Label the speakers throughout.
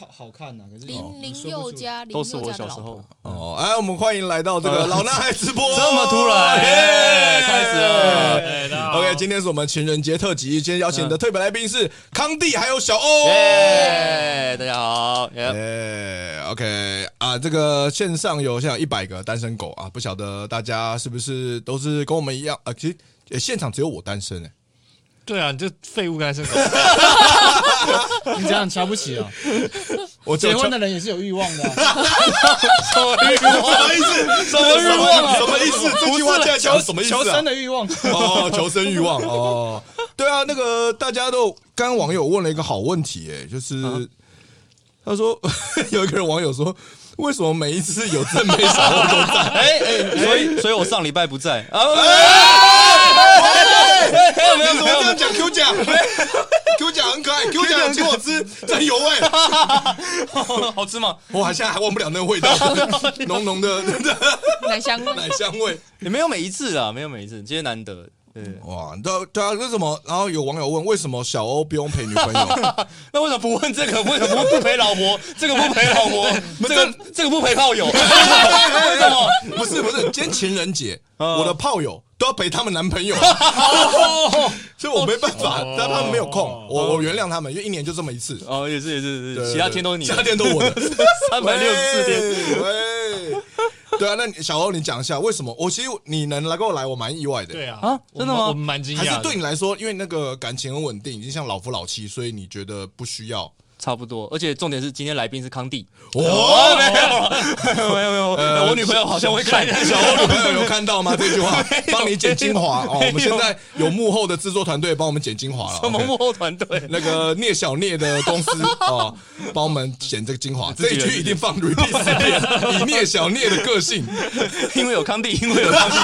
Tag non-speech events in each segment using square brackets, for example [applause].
Speaker 1: 好好看啊呐、可是
Speaker 2: 林林
Speaker 1: 哦说不
Speaker 2: 宥
Speaker 1: 出
Speaker 2: 嘉，林
Speaker 3: 都是
Speaker 2: 宥
Speaker 3: 我
Speaker 2: 嘉的
Speaker 3: 小
Speaker 2: 老 [laughs]
Speaker 3: 时
Speaker 2: 婆
Speaker 3: 候。
Speaker 4: 哦，哎，我们欢迎来到这个老男孩直播，
Speaker 3: 呃 [laughs] 这么突然，哎
Speaker 4: 耶
Speaker 3: 开始了。嗯
Speaker 5: 对的。
Speaker 4: OK，今天是我们情人节特辑，今天邀请的特别来宾是康帝还有小欧。
Speaker 3: 耶，大家好。耶
Speaker 4: 哎、o k 啊，这个线上有像一百个单身狗啊，不晓得大家是不是都是跟我们一样啊？其实、呃现场只有我单身哎、
Speaker 5: 对啊，你这废物单身狗，
Speaker 1: 你这样瞧不起啊、
Speaker 4: 我只
Speaker 1: [laughs]
Speaker 4: 有
Speaker 1: 结婚的人也是有欲望的啊、
Speaker 5: [laughs]
Speaker 4: 什么意思？什么欲望、什么意思？这句话竟然讲什么意思、啊？
Speaker 1: 求生的欲望。
Speaker 4: [laughs] 哦，求生欲望哦，对啊，那个大家都刚刚网友问了一个好问题、哎，就是、他说 [laughs] 有一个人网友说，为什么每一次有 [laughs] 正妹小欧都在？
Speaker 3: 哎哎，所以所以我上礼拜不在啊。没有没有
Speaker 4: 你
Speaker 3: 没
Speaker 4: 怎么这
Speaker 3: 有
Speaker 4: 样讲 [laughs] Q 奖？Q 奖很可爱，Q 奖请我吃真油味，
Speaker 3: 没有，好吃吗？
Speaker 4: 我好像还忘不了那个味道， [laughs] 浓浓的 [laughs]
Speaker 2: 奶香味，
Speaker 4: 奶香味。
Speaker 3: 也没有每一次啦，没有每一次，今天难得。对，
Speaker 4: 哇，对啊对啊，为什么？然后有网友问，为什么小欧不用陪女朋友？
Speaker 3: 那为什么不问这个？为什么不陪老婆？这个不陪老婆，这个这个不陪炮友？为什么？
Speaker 4: [laughs] 不是不是，今天情人 [laughs] 节，
Speaker 3: 嗯
Speaker 4: 我的炮友都要陪他们男朋友。 [laughs] 所以我没办法，但他们没有空，我我原谅他们，因为一年就这么一次，
Speaker 3: 哦，也是也是也
Speaker 4: 哦对
Speaker 3: 是，其他天都是你
Speaker 4: 其他天都
Speaker 3: [laughs]
Speaker 4: 我的，
Speaker 3: 三百六十四天。
Speaker 4: 喂。喂对啊，那你小欧，你讲一下为什么？我其实你能来跟我来，我蛮意外的。
Speaker 5: 对啊，
Speaker 3: 啊真的吗
Speaker 5: 我们我们蛮惊
Speaker 4: 还
Speaker 5: 讶
Speaker 4: 是
Speaker 5: 的，
Speaker 4: 对你来说，因为那个感情很稳定，已经像老夫老妻，所以你觉得不需要。
Speaker 3: 差不多，而且重点是今天来宾是康帝。
Speaker 4: 哦，
Speaker 3: 哦，没有了，没有没有，呃我女朋友好像会看。
Speaker 4: 小欧女朋友有看到吗？这句 [laughs] 话帮你剪精华哦。我们现在有幕后的制作团队帮我们剪精华了。
Speaker 3: 什么
Speaker 4: OK
Speaker 3: 幕后团队？
Speaker 4: 那个聂小聂的公司哦，帮我们剪这个精华，
Speaker 3: 自
Speaker 4: 这
Speaker 3: 己
Speaker 4: 一
Speaker 3: 人
Speaker 4: 句一定放 repeat 十遍。以聂小聂的个性，
Speaker 3: 因为有康帝，因为有康帝，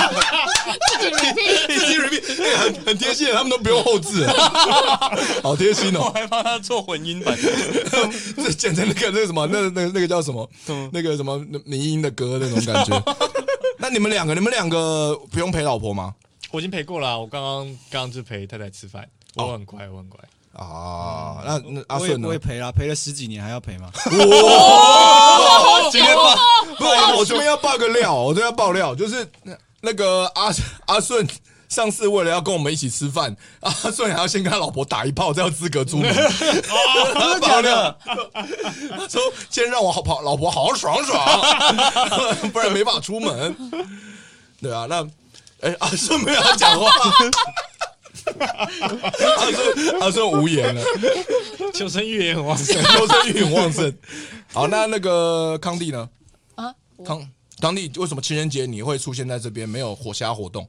Speaker 2: 自己
Speaker 3: [laughs]
Speaker 2: repeat
Speaker 4: 自己 repeat 哎很很贴心，他们都不用后置， [laughs] 好贴心
Speaker 3: 我
Speaker 4: 哦。
Speaker 3: 还帮他做混音版。
Speaker 4: 这剪成那个那个什么，那那那个叫什么？那个什么林音的歌那种感 [laughs] 觉。那你们两个，你们两个不用陪老婆吗？
Speaker 5: 我已经陪过了啊，我刚刚刚刚就陪太太吃饭，我很乖，我很乖，
Speaker 4: 啊，那那阿
Speaker 1: 我也
Speaker 4: 顺呢
Speaker 1: 我也？陪啦，陪了十几年还要陪吗？
Speaker 3: 今天吧，
Speaker 4: 不，我这边要爆个料，我这边要爆料，就是那那个阿阿顺上次为了要跟我们一起吃饭，阿顺还要先跟他老婆打一炮，才有资格出门。
Speaker 3: 哦真的假的？
Speaker 4: 他说先让我好跑，老婆好好爽爽，不然没法出门。对啊，那哎、阿顺没有要
Speaker 3: [laughs]
Speaker 4: 讲话。阿顺阿顺无言了，
Speaker 5: [laughs] 求生欲也很旺盛。
Speaker 4: 求生欲很旺盛。好，那那个康帝呢？
Speaker 2: 啊！我
Speaker 4: 康康帝为什么情人节你会出现在这边，没有火虾活动？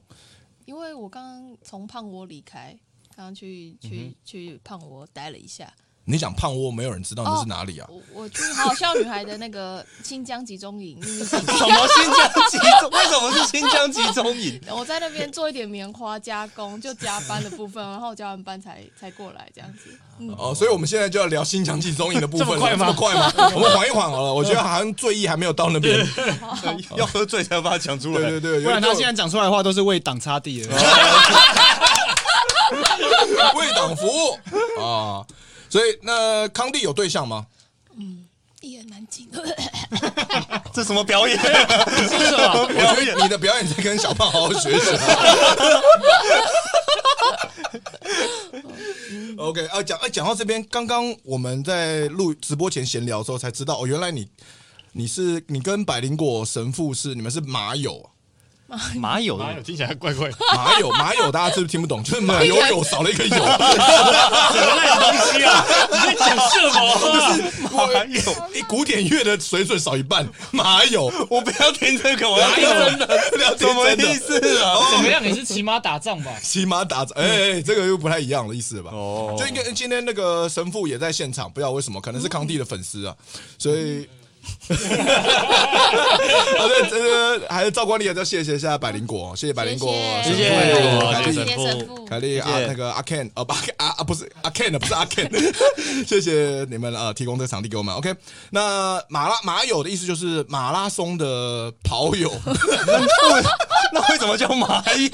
Speaker 2: 因为我刚刚从胖窝离开，刚刚去去去胖窝待了一下。
Speaker 4: 你讲胖窝，没有人知道那是哪里啊？
Speaker 2: 我我去好笑女孩的那个新疆集中营秘密基地，
Speaker 3: 什么新疆集中？为什么是新疆集中营？
Speaker 2: 我在那边做一点棉花加工，就加班的部分，然后加完班才才过来这样子。嗯，
Speaker 4: 哦，所以我们现在就要聊新疆集中营的部分了，
Speaker 5: 这么快吗
Speaker 4: 快吗？我们缓一缓好了，我觉得好像醉意还没有到那边。
Speaker 3: 要喝醉才把它讲出
Speaker 4: 对
Speaker 3: 来
Speaker 4: 对。对，
Speaker 1: 不然他现
Speaker 4: 在
Speaker 1: 在讲出来的话都是为党擦地
Speaker 5: [laughs]
Speaker 1: 的。
Speaker 4: 为党服务啊。所以那康帝有对象吗？
Speaker 2: 一言难尽。
Speaker 3: 这什么表演？
Speaker 5: 啊
Speaker 4: 我觉得你的表演在跟小胖好好学啊
Speaker 5: [laughs]
Speaker 4: 习。OK 啊，讲啊讲到这边，刚刚我们在录直播前闲聊的时候才知道，哦，原来你你是你跟百灵果神父是你们是马友啊。
Speaker 3: 马友
Speaker 5: 妈呀，听起来怪怪，什
Speaker 4: 马友，马友，大家是不是听不懂？就是马友友少了一个友，
Speaker 3: [laughs]
Speaker 5: 么烂东西啊！你在讲什么？
Speaker 3: 马友，
Speaker 4: 一古典乐的水准少一半。马友，
Speaker 3: 我不要听这个，我要听哎真的。
Speaker 4: 了解
Speaker 3: 什么
Speaker 4: 真
Speaker 3: 意
Speaker 4: 的。
Speaker 3: 思啊？
Speaker 1: 怎么样也是骑马打仗吧？
Speaker 4: 骑马打仗，哎、哎这个又不太一样的意思吧？
Speaker 3: 哦
Speaker 4: 就应该今天那个神父也在现场，不知道为什么，可能是康帝的粉丝啊，
Speaker 3: 嗯
Speaker 4: 所以。啊，对，这个还是赵光利，还是要谢谢一下百灵果，谢谢百灵果，
Speaker 2: 谢
Speaker 3: 谢
Speaker 4: 神父
Speaker 3: 谢
Speaker 4: 凯
Speaker 5: 谢
Speaker 4: 莉
Speaker 5: 谢
Speaker 2: 谢神父，
Speaker 4: 凯莉啊
Speaker 3: 谢，谢
Speaker 4: 那个阿 Ken 哦，不阿 Ken 啊啊不是阿 Ken 的，不是阿 Ken，谢 [laughs] 谢你们呃提供这个场地给我们。OK，那马拉马友的意思就是马拉松的跑友，
Speaker 3: 那为什么叫马友？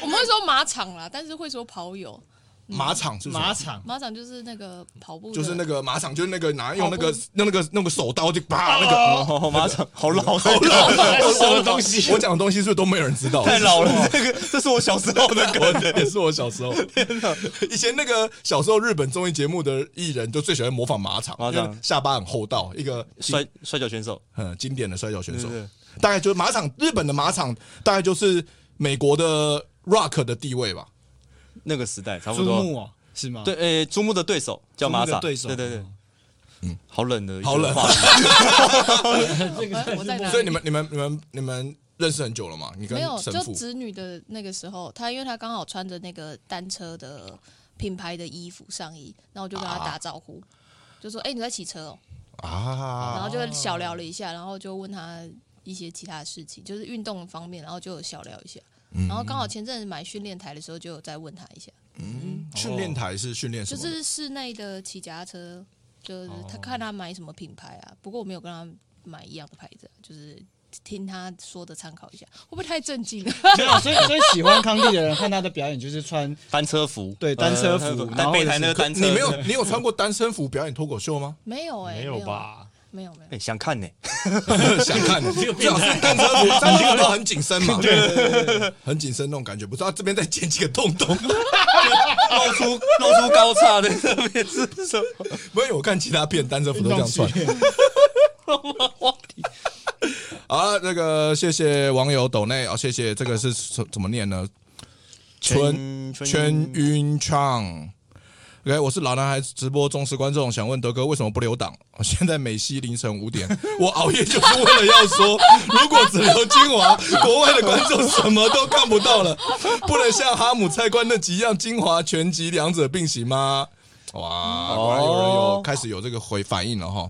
Speaker 2: 我们会说马场啦，但是会说跑友。
Speaker 4: 马场是不是
Speaker 1: 马场
Speaker 2: 马场就是那个跑步的，
Speaker 4: 就是那个马场，就是那个拿用那个
Speaker 2: 跑步
Speaker 4: 用那个用个手刀就啪那个。
Speaker 3: 哦，马场好老，好老，
Speaker 5: 这是
Speaker 1: [laughs]
Speaker 5: 什么东西？
Speaker 4: 我讲的东西是不是都没有人知道？
Speaker 3: 太老了。这个这是我小时候的歌，
Speaker 4: 也是我小时候。以前那个小时候日本综艺节目的艺人，就最喜欢模仿马场，
Speaker 3: 马
Speaker 4: 因
Speaker 3: 场
Speaker 4: 为下巴很厚道，一个
Speaker 3: 摔摔跤选手，
Speaker 4: 很经典的摔跤选手
Speaker 3: 对对。
Speaker 4: 大概就是马场，日本的马场大概就是美国的 Rock 的地位吧。
Speaker 3: 那个时代差不
Speaker 1: 珠
Speaker 3: 多。
Speaker 1: 穆啊，是吗？
Speaker 3: 对，，诶，珠穆的对手叫
Speaker 1: 珠穆
Speaker 3: 马
Speaker 1: 的
Speaker 3: 场，
Speaker 1: 对手
Speaker 3: 对对对，嗯，好冷的一个
Speaker 4: 好冷
Speaker 3: 话题，
Speaker 2: 哎我在哪里？
Speaker 4: 所以你们你们你们你们认识很久了嘛？你跟
Speaker 2: 没有，
Speaker 4: 神
Speaker 2: 就
Speaker 4: 父
Speaker 2: 侄女的那个时候，她因为她刚好穿着那个单车的品牌的衣服上衣，然后我就跟她打招呼，就说：“哎、你在骑车哦。
Speaker 4: 啊，
Speaker 2: 然后就小聊了一下，然后就问她一些其他的事情，就是运动方面，然后就有小聊一下。
Speaker 4: 嗯
Speaker 2: 然后刚好前阵子买训练台的时候，就有再问她一下，
Speaker 4: 训练台是训练什
Speaker 2: 就
Speaker 4: 么？
Speaker 2: 是室内的骑脚踏车，就是她看她买什么品牌
Speaker 4: 哦
Speaker 2: 啊。不过我没有跟她买一样的牌子啊，就是听她说的参考一下，会不会太震惊了？啊
Speaker 1: 没有，所以所以喜欢康帝的人看他的表演就是穿
Speaker 3: 单车服，
Speaker 1: 对单车服
Speaker 3: 呃
Speaker 1: 然
Speaker 3: 但
Speaker 1: 后
Speaker 3: 备胎那个单车，
Speaker 4: 你没有你有穿过单身服表演脱口秀吗？
Speaker 2: 没有哎、
Speaker 5: 没有？吧？哎
Speaker 2: 没有没有。
Speaker 3: 诶想看呢，
Speaker 4: 想看，最好是单车服，单车服都很紧身嘛，对，很紧身那种感觉，不知道这边再剪几个洞洞。
Speaker 3: 露出露出高叉在上面是什么？
Speaker 4: 没有，我看其他片单车服都这样穿。 [laughs] 好了，那个谢谢网友抖内啊，谢谢这个是怎怎么念呢？春
Speaker 3: 圈
Speaker 4: 圈晕唱。OK，我是老男孩直播忠实观众，想问德哥为什么不留档？现在美西凌晨五点，我熬夜就是为了要说，如果只留精华，国外的观众什么都看不到了，不能像哈姆菜官那几样精华全集两者并行吗？哇，果然有人有开始有这个回反应了哈。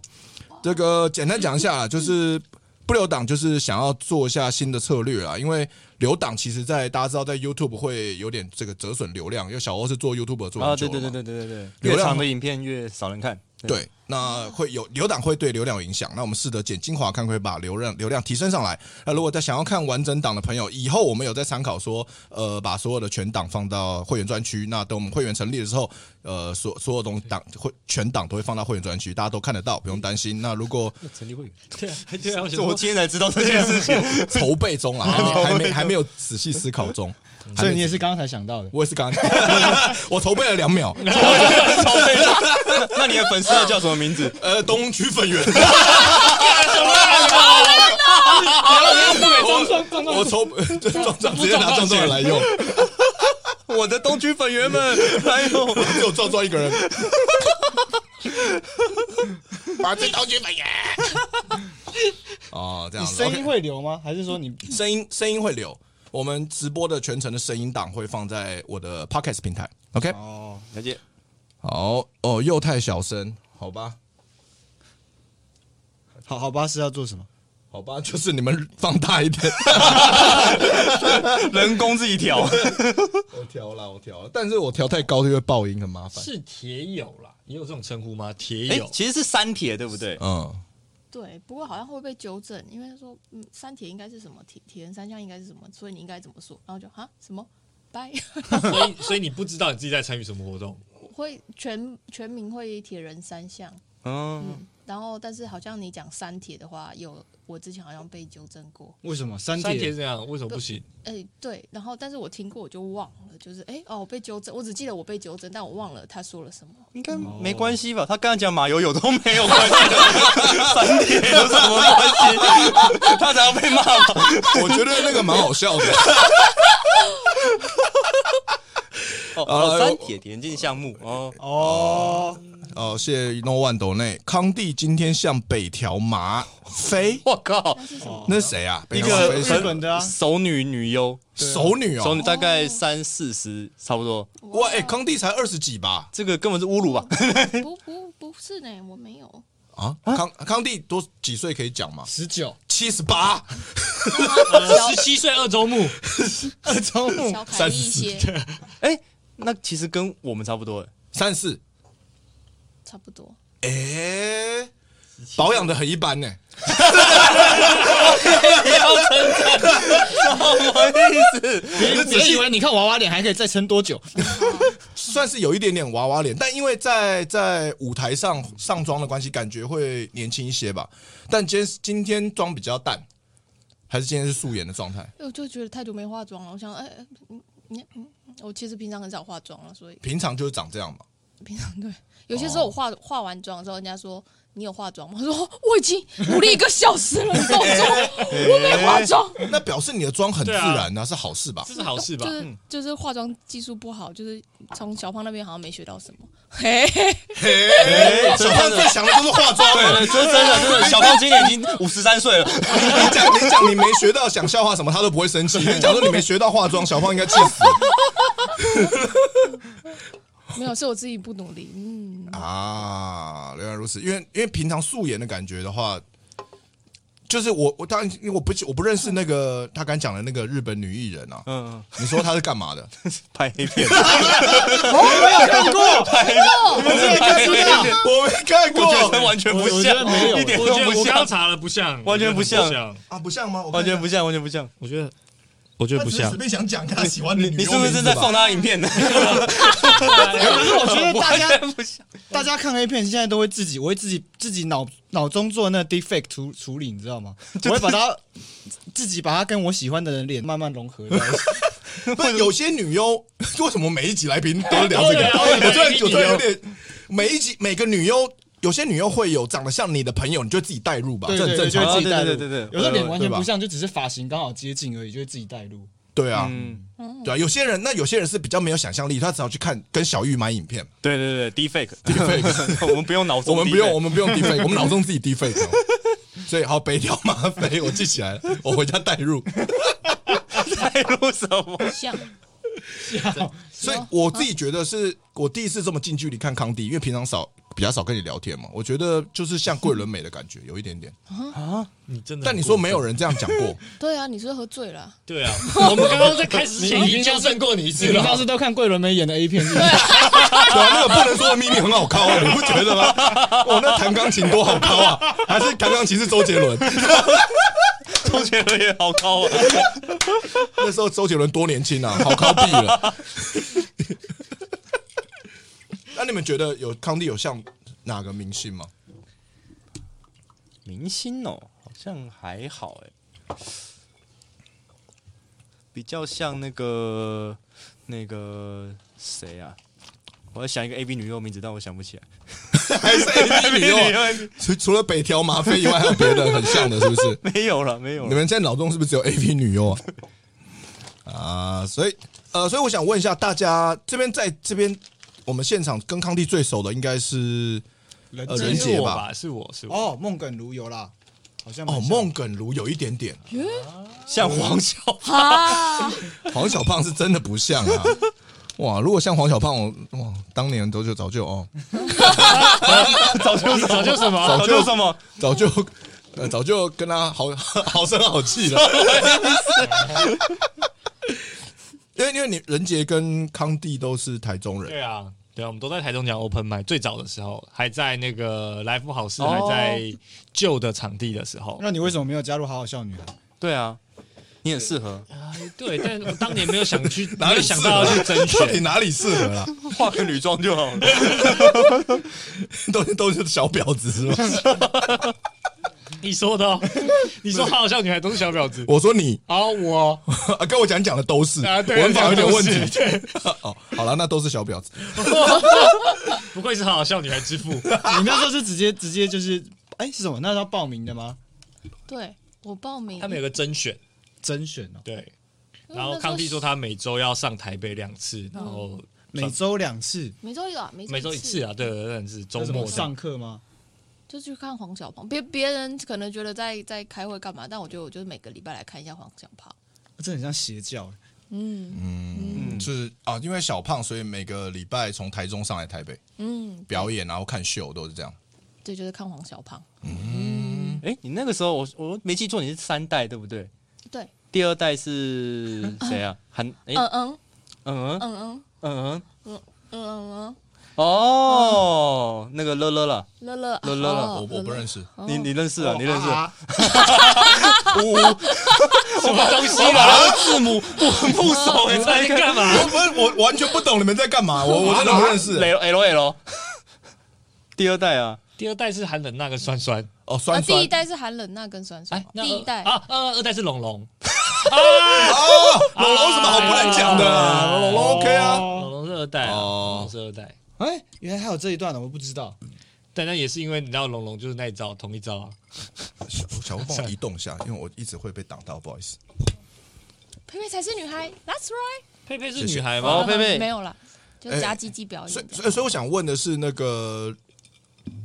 Speaker 4: 这个简单讲一下啦，就是不留档，就是想要做一下新的策略啊啦。因为留档其实在大家知道，在 YouTube 会有点这个折损流量，因为小欧是做 YouTube 做
Speaker 3: 啊，
Speaker 4: 很久
Speaker 3: 对
Speaker 4: 了嘛
Speaker 3: 对对对对对对，
Speaker 4: 流
Speaker 3: 越
Speaker 4: 量
Speaker 3: 长的影片越少人看，
Speaker 4: 对，那会有流档会对流量有影响。那我们试着剪精华，看可不可以把流量流量提升上来。那如果在想要看完整档的朋友，以后我们有在参考说，呃，把所有的全档放到会员专区。那等我们会员成立的时候，呃，所所有东西档会全档都会放到会员专区，大家都看得到，不用担心。那如果
Speaker 5: 成立会员，对啊，对啊，我
Speaker 3: 我今天才知道这件事情，
Speaker 4: 筹备
Speaker 1: [laughs]
Speaker 4: 中啊，还没还没有仔细思考中，
Speaker 1: 所以你也是刚刚才想到的。
Speaker 4: 我也是刚， [laughs] 我筹备了两秒。
Speaker 3: 超悲伤那你的粉丝叫什么名字？
Speaker 4: 呃，东区粉圆。我我筹就壮壮直接拿壮壮的来用，
Speaker 3: 我的东区粉员 [laughs] 们，还有
Speaker 4: 只有壮壮一个人。
Speaker 6: 我是同学本人。
Speaker 4: 哦，这
Speaker 1: 你
Speaker 4: 样子。
Speaker 1: 声
Speaker 4: OK，
Speaker 1: 音会留吗？还是说你
Speaker 4: 声音声音会留，我们直播的全程的声音档会放在我的 Podcast 平台。OK，
Speaker 1: 哦？
Speaker 3: 了解，
Speaker 4: 好哦，又太小声，好吧。
Speaker 1: 好好吧，是要做什么？
Speaker 4: 好吧，就是你们放大一点，
Speaker 3: 人工自己调，
Speaker 4: 我调了，我调了，但是我调太高就会爆音，很麻烦。
Speaker 5: 是铁友啦，也有这种称呼吗？铁
Speaker 3: 哎
Speaker 5: 友，，
Speaker 3: 其实是三铁，对不对？
Speaker 4: 嗯，
Speaker 2: 对，不过好像会被纠正，因为他说，嗯，三铁应该是什么，铁铁人三项应该是什么，所以你应该怎么说？然后就哈什么，拜， [laughs]
Speaker 5: 哎所以 [laughs] 所以你不知道你自己在参与什么活动，
Speaker 2: 会全全民会铁人三项，
Speaker 3: 嗯，
Speaker 2: 然后但是好像你讲三铁的话，有我之前好像被纠正过，
Speaker 1: 为什么三
Speaker 5: 三铁
Speaker 1: 铁？
Speaker 5: 这样为什么不行？
Speaker 2: 哎、对，然后但是我听过我就忘了，就是哎、哦，我被纠正，我只记得我被纠正，但我忘了他说了什么。
Speaker 5: [laughs]
Speaker 3: 应该没关系吧？他刚才讲马友友都没有关系， [laughs] 三铁有什么关系？ [laughs] 他才要被骂吧？
Speaker 4: 我觉得那个蛮好
Speaker 3: [laughs]
Speaker 4: 笑的。
Speaker 3: 哦
Speaker 4: 哎呦
Speaker 3: 哦，三铁田径项目哦，
Speaker 1: 哦，
Speaker 4: 哦，谢谢 No One 斗内，康帝今天向北条麻飞，
Speaker 3: 我靠，
Speaker 4: 那是谁啊？
Speaker 3: 一
Speaker 4: 北条麻
Speaker 3: 个
Speaker 4: 飞
Speaker 1: 日
Speaker 4: 是
Speaker 1: 本的啊，
Speaker 3: 熟女女优，
Speaker 4: 熟女
Speaker 3: 熟
Speaker 4: 哦
Speaker 3: 女，大概三四十，差不多。
Speaker 4: 哇，哎，康帝才二十几吧？
Speaker 3: 这个根本是侮辱吧？ [laughs]
Speaker 2: 不不不是呢，我没
Speaker 5: 哦
Speaker 2: 有，
Speaker 4: 啊，康康帝多几岁可以讲吗？
Speaker 1: 十九，
Speaker 4: 七十八，
Speaker 5: 十七岁二周目，
Speaker 1: 二周目
Speaker 2: 小凯一些，
Speaker 3: 哎、那其实跟我们差不多哎。
Speaker 4: 三十四，
Speaker 2: 差不多。
Speaker 4: 哎，保养的很一般呢。
Speaker 3: 你要称赞，什么意思？
Speaker 1: 别别以为你看娃娃脸还可以再撑多久，
Speaker 4: 算是有一点点娃娃脸，但因为在在舞台上上妆的关系，感觉会年轻一些吧。但今天今天妆比较淡，还是今天是素颜的状态？
Speaker 2: 我就觉得太久没化妆了，我想，哎、哎嗯你嗯，我其实平常很少化妆了，所以
Speaker 4: 平常就是长这样嘛。
Speaker 2: 平常对，有些时候我化化完妆之后，人家说你有化妆吗？我 [laughs] 说我已经努力一个小时了，你跟我说我没化妆，
Speaker 4: 那表示你的妆很自然啊，是好事吧
Speaker 5: 这？是好事吧嗯
Speaker 2: 就？是就是化妆技术不好，就是从小胖那边好像没学到什么。嘿， [laughs]
Speaker 4: 哎，小胖最想的就是化妆。啊
Speaker 3: [laughs] 对，这是真的，真的。小胖今年已经五十三岁了，
Speaker 4: 你讲你讲你没学到讲笑话什么，他都不
Speaker 3: [laughs]
Speaker 4: 会生气。你讲说你没学到化妆，小胖应该气死
Speaker 2: 没有，是我自己不努力。嗯，
Speaker 4: 啊！原来如此，因为因为平常素颜的感觉的话，就是我我当然因为我不我不认识那个他刚讲的那个日本女艺人啊，
Speaker 3: 嗯，
Speaker 4: 你说她是干
Speaker 3: [laughs]
Speaker 4: 嘛的？
Speaker 3: [laughs] 拍黑片，哦
Speaker 1: 我没有看过，
Speaker 3: 拍黑片，
Speaker 4: [laughs] 我没看
Speaker 3: [laughs] 我觉得完全
Speaker 1: 我
Speaker 3: 不
Speaker 1: 我觉
Speaker 3: 像
Speaker 1: 得，没有
Speaker 3: 一点
Speaker 5: 我
Speaker 3: 都
Speaker 5: 觉得
Speaker 3: 不
Speaker 5: 我刚
Speaker 3: 像，
Speaker 5: 查了不像，
Speaker 3: 完全不
Speaker 5: 我觉得很
Speaker 3: 像
Speaker 4: 啊，不像吗？我看
Speaker 3: 完
Speaker 4: 一下
Speaker 3: 全不像，完全不像。
Speaker 5: 我觉得我觉得不
Speaker 4: 她只是
Speaker 5: 像
Speaker 4: 随，便想讲一下喜欢的女
Speaker 3: 你是不是正在放
Speaker 4: 她？
Speaker 3: 他影片呢？
Speaker 1: 可是我觉得大
Speaker 3: 完
Speaker 1: 家
Speaker 3: 全不像。
Speaker 1: 大家看 A 片现在都会自己，我会自己自己脑脑中做那 defect 处处理，你知道吗？我会把它自己把它跟我喜欢的人脸慢慢融合在一起。
Speaker 4: 不是有些女优，为什么每一集来宾都聊这个？
Speaker 5: 对对
Speaker 4: 我突然
Speaker 5: 对
Speaker 4: 我突然有点，每一集每个女优，有些女优会有长得像你的朋友，你就自己带入吧，
Speaker 1: 对
Speaker 4: 这
Speaker 1: 对
Speaker 4: 很
Speaker 1: 对，
Speaker 4: 正
Speaker 1: 就会
Speaker 4: 常啊。
Speaker 1: 自己带入。
Speaker 3: 对对对对
Speaker 1: 有
Speaker 3: 对
Speaker 1: 时候脸完全不像，就只是发型刚好接近而已，就会自己带入。
Speaker 4: 对啊，
Speaker 3: 嗯，
Speaker 4: 对啊，有些人那有些人是比较没有想象力，他只要去看跟小玉买影片，
Speaker 3: [laughs] 对对对，defake，我们不用 [laughs] 脑
Speaker 4: 我
Speaker 3: 中，
Speaker 4: 们不用我们不用 defake，我们脑中自己 [laughs] defake 哦。所以好北条麻肥，我记起来了，我回家带入。
Speaker 3: 带入什么？
Speaker 2: 像
Speaker 4: 所以我自己觉得是我第一次这么近距离看康帝，因为平常少比较少跟你聊天嘛，我觉得就是像桂纶镁的感觉有一点点。
Speaker 5: 你真的很过分。
Speaker 4: 但你说没有人这样讲过，
Speaker 2: 对啊，你是喝醉了啊、
Speaker 5: 对啊，我们刚刚在开始前已经校正过你一
Speaker 1: 你
Speaker 5: 次
Speaker 1: 平
Speaker 5: 了
Speaker 1: 常。是都看桂纶镁演的 A 片是不是？
Speaker 4: [laughs] 对啊，那个不能说的秘密很好靠啊，你 [laughs] 不觉得吗？哦，那弹钢琴多好靠啊，还是弹钢琴是周杰 [laughs] 伦？
Speaker 3: 周杰伦也好高啊！
Speaker 4: 那时候周杰伦多年轻啊，好靠毙了。 [laughs] 那你们觉得有康帝有像哪个明星吗？ [laughs]
Speaker 3: 明星哦，好像还好哎，比较像那个那个谁啊？我在想一个 A B 女优名字，但我想不起来。
Speaker 4: [laughs] 还是 A 哦 B 女优？除除了北条麻妃以外，还有别的很像的，是不是？
Speaker 3: 没有了，没有
Speaker 4: [laughs] 你
Speaker 3: 了。
Speaker 4: 们现在脑中是不是只有 A V 女优啊？ [laughs] 啊，所以呃，所以我想问一下大家，这边在这边我们现场跟康帝最熟的应该是呃
Speaker 5: 是
Speaker 4: 人杰
Speaker 5: 我
Speaker 4: 吧？
Speaker 5: 吧，是我是我，
Speaker 1: 哦，孟耿如有啦，好像蛮
Speaker 4: 哦，
Speaker 1: 像
Speaker 4: 孟耿如有一点点，
Speaker 3: 像黄小
Speaker 2: 啊，
Speaker 4: 黄小胖是真的不像啊。 [laughs] 哇，如果像黄小胖，我哇，当年早就早就哦，
Speaker 5: 早就早就什么？
Speaker 3: 早就什么？
Speaker 4: 早就 [laughs] 呃早就跟他好 [laughs] 好声好气了。 [laughs] 因为因为你任杰跟康帝都是台中人
Speaker 5: 对啊，对啊，我们都在台中讲 open m i 最早的时候还在那个来福好事
Speaker 3: 哦
Speaker 5: 还在旧的场地的时候，
Speaker 1: 那你为什么没有加入好好笑女孩？
Speaker 3: 对啊，你很适合
Speaker 5: [laughs] 对，但是我当年没有想 [laughs] 去，
Speaker 4: 哪
Speaker 5: 没
Speaker 4: 里
Speaker 5: 有想到要去
Speaker 4: [laughs]
Speaker 5: 甄
Speaker 4: 到底
Speaker 5: 选，
Speaker 4: 哪里适合啊啦？
Speaker 3: 化个女装就 [laughs] 好了。
Speaker 4: 都都是小婊子是吗？
Speaker 5: [laughs] 你说的哦，你说好笑女孩都是小婊子，
Speaker 4: 我说你
Speaker 5: 啊，我
Speaker 4: 啊，跟我讲讲的都 [laughs] 是，
Speaker 5: 啊对
Speaker 4: 文法有点问
Speaker 5: 都
Speaker 4: 题
Speaker 5: 是。
Speaker 4: [laughs] 哦，好了，那都是小婊子。
Speaker 5: [laughs] 不愧是好笑女孩
Speaker 4: [laughs]
Speaker 5: 之父，
Speaker 1: 你那时候是直接直接就是，哎，是什么？那是要报名的吗？
Speaker 2: 对我报名，
Speaker 5: 他们有个甄选，
Speaker 1: 甄选 [laughs] 哦，
Speaker 5: 对，
Speaker 2: 嗯
Speaker 5: 然后康帝说他每周要上台北两次，然后
Speaker 1: 每周两次，
Speaker 2: 每周一个啊，
Speaker 5: 嗯每周一次
Speaker 2: 啊，
Speaker 5: 啊，对，对对是周
Speaker 1: 有什
Speaker 5: 末
Speaker 1: 么
Speaker 5: 的
Speaker 1: 上课吗？
Speaker 2: 就去看黄小胖。别别人可能觉得在在开会干嘛，但我觉得我就是每个礼拜来看一下黄小胖。
Speaker 1: 这啊很像邪教。欸
Speaker 2: 嗯
Speaker 4: 嗯，就是啊，因为小胖，所以每个礼拜从台中上来台北
Speaker 2: 嗯，
Speaker 4: 表演，然后看秀都是这样。
Speaker 2: 对，就是看黄小胖。
Speaker 3: 哎，你那个时候我我没记错，你是三代对不对？
Speaker 2: 对，
Speaker 3: 第二代是谁啊？韩哎
Speaker 2: 嗯嗯
Speaker 3: 嗯
Speaker 2: 嗯嗯
Speaker 3: 嗯嗯嗯，
Speaker 2: 嗯嗯嗯，
Speaker 3: 哦，那个乐乐了，
Speaker 2: 乐乐
Speaker 3: 乐乐乐
Speaker 2: 哦
Speaker 4: 我我不认识，
Speaker 2: 哦
Speaker 3: 你你认识啊？你认识？
Speaker 6: 啊
Speaker 3: [laughs]
Speaker 4: [laughs]
Speaker 3: 呜，啊什么东西？ [laughs] 我把那个字母我很不熟
Speaker 4: 欸
Speaker 3: 哎，在干嘛
Speaker 4: 我不是我完全不懂你们在干嘛，我我真的不
Speaker 3: [laughs]
Speaker 4: 认识。欸
Speaker 3: ？L L
Speaker 4: [laughs]
Speaker 3: L，第二代啊，
Speaker 5: 第二代是寒冷那跟酸酸，
Speaker 4: 哦，
Speaker 2: 啊，
Speaker 4: 酸
Speaker 2: 第一
Speaker 4: 酸
Speaker 2: 代是寒冷那跟酸酸
Speaker 5: 哎，，那
Speaker 2: 第一代
Speaker 5: 啊，二二代是龙龙，
Speaker 4: 哦，龙龙有什么好不能讲的啊？龙龙 OK 啊。
Speaker 5: 龙龙是二代啊，
Speaker 4: 哦
Speaker 5: 龙龙是二代，
Speaker 1: 哎，原来还有这一段呢，我不知道。
Speaker 5: 但那也是因为你知道龙龙就是那一招同一招啊，
Speaker 4: 小小吴帮我移动一下，因为我一直会被挡到，不好意思。
Speaker 2: 佩佩才是女孩，That's right。嗯
Speaker 5: 佩佩是
Speaker 4: 谢谢
Speaker 5: 女孩
Speaker 3: 哦
Speaker 5: 吗？
Speaker 3: 佩佩
Speaker 2: 没有啦，就加鸡鸡表
Speaker 4: 所
Speaker 2: 演
Speaker 4: 以，。哎所以，所以我想问的是，那个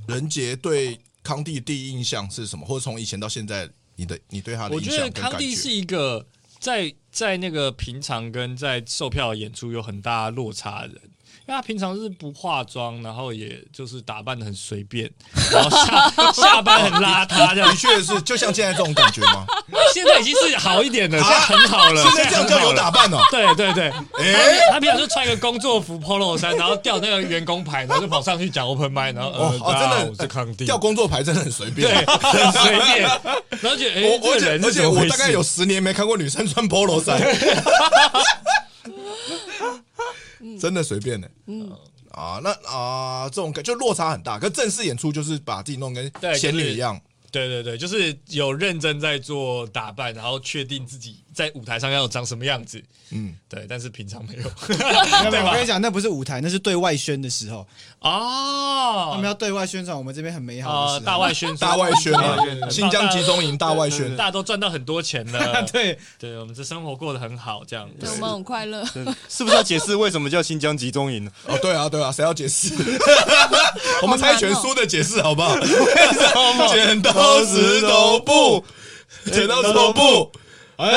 Speaker 4: 任杰对康帝第一印象是什么？或者从以前到现在，你的你对他的
Speaker 5: 我
Speaker 4: 印
Speaker 5: 觉
Speaker 4: 象
Speaker 5: 得
Speaker 4: 跟感
Speaker 5: 康帝是一个在在那个平常跟在售票演出有很大落差的人，因为他平常是不化妆，然后也就是打扮的很随
Speaker 4: [laughs]
Speaker 5: 便，然后下下班很邋遢这样
Speaker 4: 的。确是就像现在这种感觉
Speaker 5: [laughs]
Speaker 4: 吗？
Speaker 5: 现在已经是好一点了，现在很好了。
Speaker 4: 现在这样叫有打扮
Speaker 5: [laughs]
Speaker 4: 哦。
Speaker 5: 对对对，
Speaker 4: 哎，
Speaker 5: 他平常就穿一个工作服 polo 衫，然后吊那个员工牌，然后就跑上去讲 open mic，然后呃
Speaker 4: 哦，哦，
Speaker 5: 大家好
Speaker 4: 真
Speaker 5: 我
Speaker 4: 的
Speaker 5: 是康帝，
Speaker 4: 调工作牌真的很随
Speaker 5: 对，
Speaker 4: 便。
Speaker 5: 很随便，然后觉得
Speaker 4: [laughs] 我而
Speaker 5: 哎，这个
Speaker 4: 且
Speaker 5: 人
Speaker 4: 而
Speaker 5: 是怎
Speaker 4: 且
Speaker 5: 么
Speaker 4: 我
Speaker 5: 回
Speaker 4: 大
Speaker 5: 事
Speaker 4: 概有十年没看过女生穿 polo 衫，真的随便呢。欸
Speaker 2: 嗯，
Speaker 4: 啊，那啊，这种感就落差很大。可正式演出就是把自己弄跟
Speaker 5: 对
Speaker 4: 仙
Speaker 5: 就
Speaker 4: 女
Speaker 5: 是
Speaker 4: 一样，
Speaker 5: 对对对，就是有认真在做打扮，然后确定自己在舞台上要长什么样子。
Speaker 4: 嗯，
Speaker 5: 对，但是平常没有
Speaker 1: [laughs] 没有 [laughs] 没有，我跟你讲，那不是舞台，那是对外宣的时候，他
Speaker 5: 哦
Speaker 1: 们要对外宣传我们这边很美好的
Speaker 5: 呃
Speaker 1: 时候。
Speaker 5: 大外宣
Speaker 4: 大外宣啊
Speaker 5: 大外宣，很
Speaker 4: 新疆
Speaker 5: 棒
Speaker 4: 集中营大外宣
Speaker 5: [laughs] 大，家都赚到很多钱了
Speaker 1: [laughs] 对，
Speaker 5: 对，我们这生活过得很好，这样。
Speaker 2: 对，我们很快乐。
Speaker 3: 是不是要解释为什么叫新疆集中
Speaker 4: [laughs]
Speaker 3: 营？
Speaker 4: 哦，对啊，对啊，谁要解
Speaker 3: [laughs]
Speaker 4: 释？
Speaker 3: 哦
Speaker 4: 我们猜拳输的解释好不好？剪刀石头布，剪刀石头布，
Speaker 3: 哎哎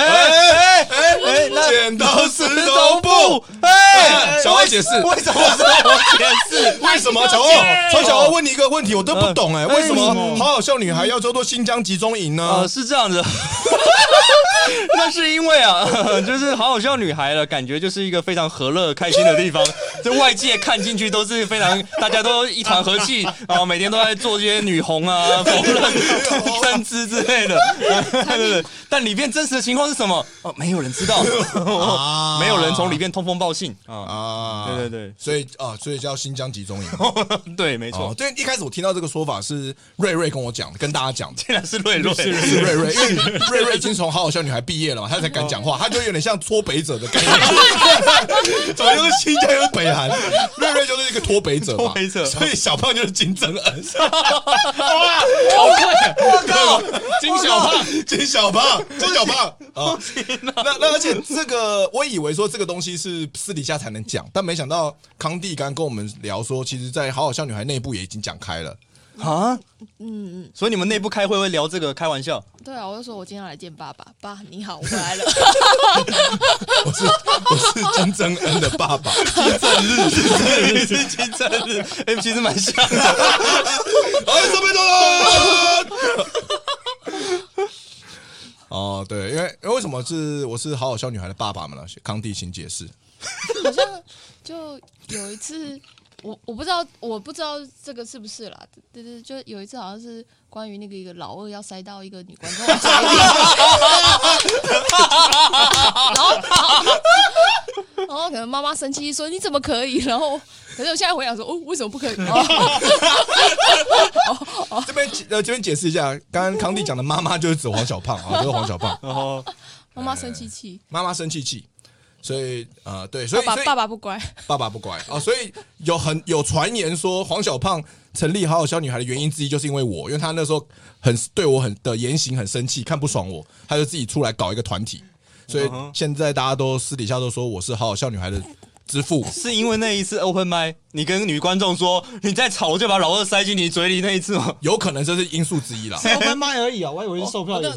Speaker 3: 哎哎，那
Speaker 4: 剪刀石头布。
Speaker 3: 哎，
Speaker 4: 小欧解释
Speaker 3: 为什么是我解释？
Speaker 4: 为什么小欧？从小欧问你一个问题，我都不懂哎，为什么好好笑女孩要叫做新疆集中营呢
Speaker 3: 呃，？是这样子， [laughs] 那是因为啊， [laughs] 就是好好笑女孩了，感觉就是一个非常和乐、开心的地方。这外界看进去都是非常，大家都一团和气啊，每天都在做这些女红啊、缝 [laughs] 纫、针织之类的。 [laughs] 对对对，但里面真实的情况是什么？哦，没有人知道，[laughs]
Speaker 4: 啊
Speaker 3: 没有人从里面通风报信啊。
Speaker 4: 啊
Speaker 3: 对对对
Speaker 4: 所以啊，所以叫新疆集中营。
Speaker 3: 啊对， [laughs] 没错
Speaker 4: 哦，，对，一开始我听到这个说法是瑞瑞跟我讲，的，跟大家讲的。
Speaker 3: 竟然是瑞瑞， [laughs]
Speaker 4: 是瑞瑞，因为瑞瑞已经从好好笑女孩毕业了嘛，他才敢讲话，他就有点像脱北者的概念，怎么又是新疆又是北韩？瑞瑞就是一个脱北者嘛，
Speaker 3: 脱北者
Speaker 4: 所以小胖就是金正恩，
Speaker 3: 我靠！
Speaker 5: 金小胖，
Speaker 4: 金小胖，金小胖啊！那那而且这个，我以为说这个东西是私底下才能讲，但没想到康帝刚跟我们聊说，其实，在好好笑女孩内部也已经讲开了。
Speaker 3: 啊，嗯，所以你们内部开会会聊这个开玩笑，
Speaker 2: 对啊，我就说我今天要来见爸爸，爸你好，我回来了。
Speaker 4: 我是我是金正恩的爸爸，
Speaker 3: [laughs] 你是金正日，哎、其实蛮像 [laughs] 的。
Speaker 4: 哎，准备多了。哦，对，因为因为为什么是我是好好笑女孩的爸爸们呢？康帝，请解释。
Speaker 2: 好像就有一次，我我不知道，我不知道这个是不是啦。对对，就有一次好像是关于那个一个老二要塞到一个女观众的嘴里，然后 [laughs] 然后然后可能妈妈生气说你怎么可以？然后可是我现在回想说哦，为什么不可以？哦
Speaker 4: 这边呃，这边解释一下，刚刚康帝讲的妈妈就是指黄小
Speaker 2: [laughs]
Speaker 4: 胖啊，就是黄小胖，
Speaker 3: 然后
Speaker 2: 妈妈生气气，
Speaker 4: 妈妈生气气，所以呃，对，所
Speaker 2: 爸
Speaker 4: 以所
Speaker 2: 爸
Speaker 4: 以
Speaker 2: 爸爸不乖，
Speaker 4: 爸爸不乖哦，所以有很有传言说黄小胖成立好好笑女孩的原因之一就是因为我，因为他那时候很对我很的言行很生气，看不爽我，他就自己出来搞一个团体，所
Speaker 2: 嗯
Speaker 4: 以现在大家都私底下都说我是好好笑女孩的之父。
Speaker 3: 是因为那一次 open mic，你跟女观众说你再吵我就把老二塞进你嘴里那一次吗
Speaker 4: 有可能这是因素之一啦。
Speaker 1: 我们麦而已啊，我以为是售票员。哦
Speaker 3: [laughs]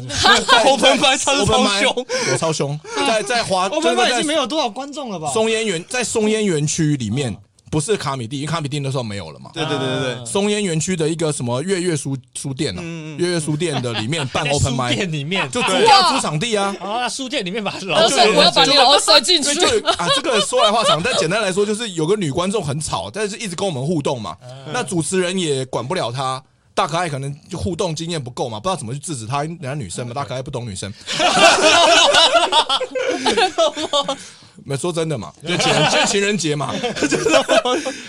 Speaker 3: ？open mic 超超凶，
Speaker 4: 我超凶，在在华，
Speaker 1: 我们
Speaker 4: 真的
Speaker 1: 麦已
Speaker 4: 在
Speaker 1: 经没有多少观众了吧？
Speaker 4: 松烟园，在松烟园区里面不是卡米蒂，因为卡米蒂那时候没有了嘛。
Speaker 3: 对对对对对，
Speaker 4: 松烟园区的一个什么月月书书店啊，
Speaker 3: 嗯嗯嗯
Speaker 4: 月月书店的里面办
Speaker 5: [laughs] 在
Speaker 4: open
Speaker 5: 书
Speaker 4: mic，
Speaker 5: 店里面，
Speaker 4: 就
Speaker 5: 就
Speaker 4: 租要租场地啊。
Speaker 5: 啊，那书店里面把老
Speaker 2: 老
Speaker 5: 师
Speaker 2: 师，我要把你老塞进
Speaker 4: [laughs] 所
Speaker 2: 去
Speaker 4: 以。就啊，这个说来话长，但简单来说，就是有个女观众很吵，但是一直跟我们互动嘛。那主持人也管不了她，大可爱可能就互动经验不够嘛，不知道怎么去制止她，因为人家女生嘛，大可爱不懂女生。没说真的嘛，就情人就情人节嘛，就是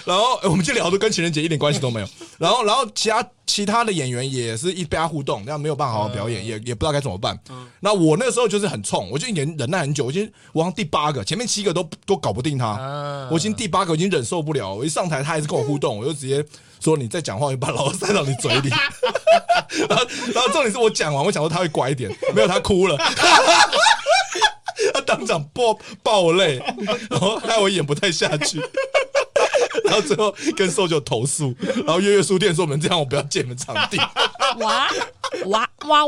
Speaker 4: 然后呃我们就聊的跟情人节一点关系都没有。 [laughs] 然后，然后其他其他的演员也是一被他互动，但没有办法好好表演，也也不知道该怎么办。那我那时候就是很冲，我就已经忍耐很久，我已经我好像第八个，前面七个都都搞不定他，
Speaker 5: 啊
Speaker 4: 我已经第八个已经忍受不了，我一上台他还是跟我互动，我就直接说你再讲话，我就把老二塞到你嘴里。然后，然后重点是我讲完，我想说他会乖一点，没有他哭了。 [laughs] 他当场爆爆泪，然后害我演不太下去，然后最后跟搜救投诉，然后月月书店说我们这样我不要借你们场地，
Speaker 2: 哇哇哇哇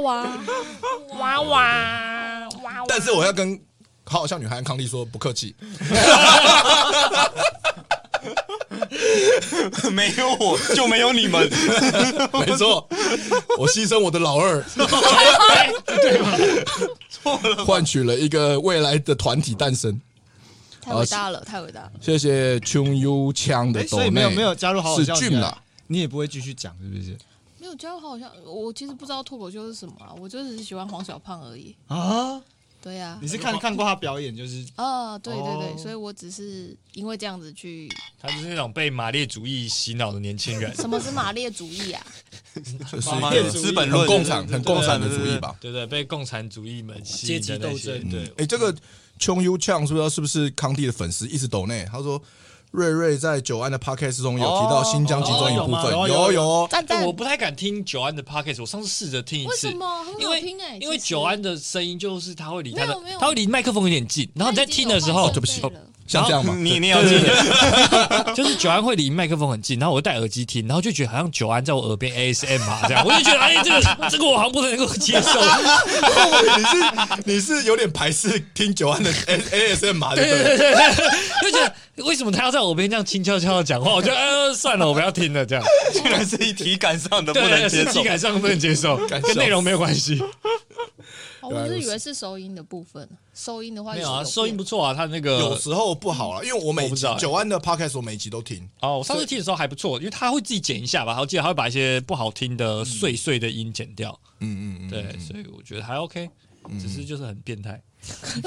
Speaker 2: 哇哇哇！
Speaker 4: 但是我要跟好好笑女孩康丽说不客气，
Speaker 3: [laughs] 没有我就没有你 [laughs] 们，
Speaker 4: 没错，我牺牲我的老二，换取了一个未来的团体诞生。
Speaker 2: 太伟大了，太伟大了！
Speaker 4: 谢谢穷优枪的
Speaker 1: 哎，
Speaker 4: 抖
Speaker 1: 所以
Speaker 4: 内，
Speaker 1: 没有没有加入好好
Speaker 4: 是
Speaker 1: 笑
Speaker 4: 俊
Speaker 1: 你还
Speaker 4: 啦，
Speaker 1: 你也不会继续讲是不是？
Speaker 2: 没有加入好像我其实不知道脱口秀是什么啊，我就只是喜欢黄小胖而已。
Speaker 1: 啊，
Speaker 2: 对呀、
Speaker 1: 你是看看过他表演就是
Speaker 2: 啊，对对对，
Speaker 1: 哦
Speaker 2: 所以我只是因为这样子去。
Speaker 5: 他就是那种被马列主义洗脑的年轻人， [laughs]
Speaker 2: 什么是马列主义啊？
Speaker 4: 就是
Speaker 3: 妈妈
Speaker 4: 一
Speaker 3: 的
Speaker 4: 个
Speaker 3: 资本
Speaker 4: 很
Speaker 3: 论
Speaker 4: 共产、很共产的主义吧。
Speaker 5: 对对，被共产主义们吸引的那些
Speaker 1: 阶级斗争
Speaker 5: 对，
Speaker 4: 哎、这个琼 U 呛是不知道是不是康帝的粉丝一直抖内？他说瑞瑞在久安的 podcast 中有提到新疆集中营部分，
Speaker 1: 哦有吗
Speaker 4: 有
Speaker 1: 有
Speaker 4: 有
Speaker 2: 赞赞
Speaker 5: 但我，不太敢听久安的 podcast，我上次试着听一
Speaker 2: 为
Speaker 5: 次
Speaker 2: 什，么很
Speaker 5: 因
Speaker 2: 好
Speaker 5: 为
Speaker 2: 听哎、
Speaker 5: 因为
Speaker 2: 其实
Speaker 5: 久安的声音就是他会离他
Speaker 2: 没
Speaker 5: 的
Speaker 2: 有没，有
Speaker 5: 他会离麦克风有点近，然后你在听的时候，
Speaker 2: 他已经有换设
Speaker 5: 然
Speaker 2: 备了
Speaker 4: 像这样嘛？
Speaker 3: 你你也要记得，
Speaker 5: 后就是 [laughs] 久安会离麦克风很近，然后我戴耳机听，然后就觉得好像久安在我耳边 ASM 啊这样，我就觉得哎，这个这个我好像不太能够接受， [laughs]
Speaker 4: 你是有点排斥听久安的 A S M 嘛？对
Speaker 5: 对
Speaker 4: 不
Speaker 5: 对对
Speaker 4: 对？
Speaker 5: 对对，就觉得为什么他要在我耳边这样轻悄悄的讲话？我觉得 [laughs] 呃算了，我不要听了这样，
Speaker 3: 竟然是体感上的不能
Speaker 5: 对，
Speaker 3: 接
Speaker 5: 是
Speaker 3: 受
Speaker 5: 体。感上不能接受，
Speaker 4: 笑
Speaker 5: 跟
Speaker 4: 死
Speaker 5: 内容没有关系。
Speaker 2: 哦我是以为是收音的部分，收音的话
Speaker 5: 啊没
Speaker 2: 就是
Speaker 5: 有啊，
Speaker 2: 变
Speaker 5: 收音不错啊，他那个
Speaker 4: 有时候不好了，因为我每
Speaker 5: 我不
Speaker 4: 集
Speaker 5: 知道欸
Speaker 4: 久安的 podcast 我每集都听，
Speaker 5: 哦，我上次听的时候还不错，因为他会自己剪一下吧，我记得他会把一些不好听的碎碎的音剪掉，
Speaker 4: 嗯嗯嗯，嗯
Speaker 5: 对，所以我觉得还 OK，只是就是很变态。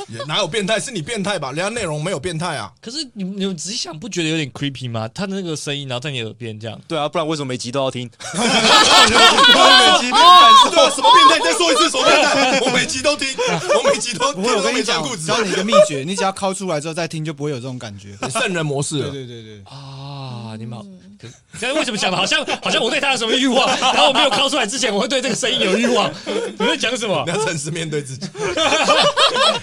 Speaker 4: 也哪有变态？是你变态吧？人家内容没有变态啊，
Speaker 5: 可是你你们仔细想，不觉得有点 creepy 吗？他的那个声音，然后在你耳边这样，
Speaker 3: 对啊，不然为什么每集都要听？ [laughs] 每集感受
Speaker 4: 对啊，什么变态？你再说一次什么变态？我每集都听，我每集都
Speaker 1: 不
Speaker 4: 听，
Speaker 1: 会，我
Speaker 4: 都
Speaker 1: 跟
Speaker 4: 没
Speaker 1: 你
Speaker 4: 讲
Speaker 1: 讲，
Speaker 4: 故事，
Speaker 1: 教你一个秘诀，你只要抠出来之后再听，就不会有这种感觉。
Speaker 4: 圣人模式
Speaker 1: [laughs] 对
Speaker 4: 了。
Speaker 1: 对对对，
Speaker 5: 啊，
Speaker 4: 嗯
Speaker 5: 你们好，可现在为什么想的好像好像我对他有什么
Speaker 4: [laughs]
Speaker 5: 欲望？然后我没有掏出来之前，我会对这个声音有欲望。你们在讲什么
Speaker 4: [laughs] 你？要诚实面对自己。 [laughs] 嗯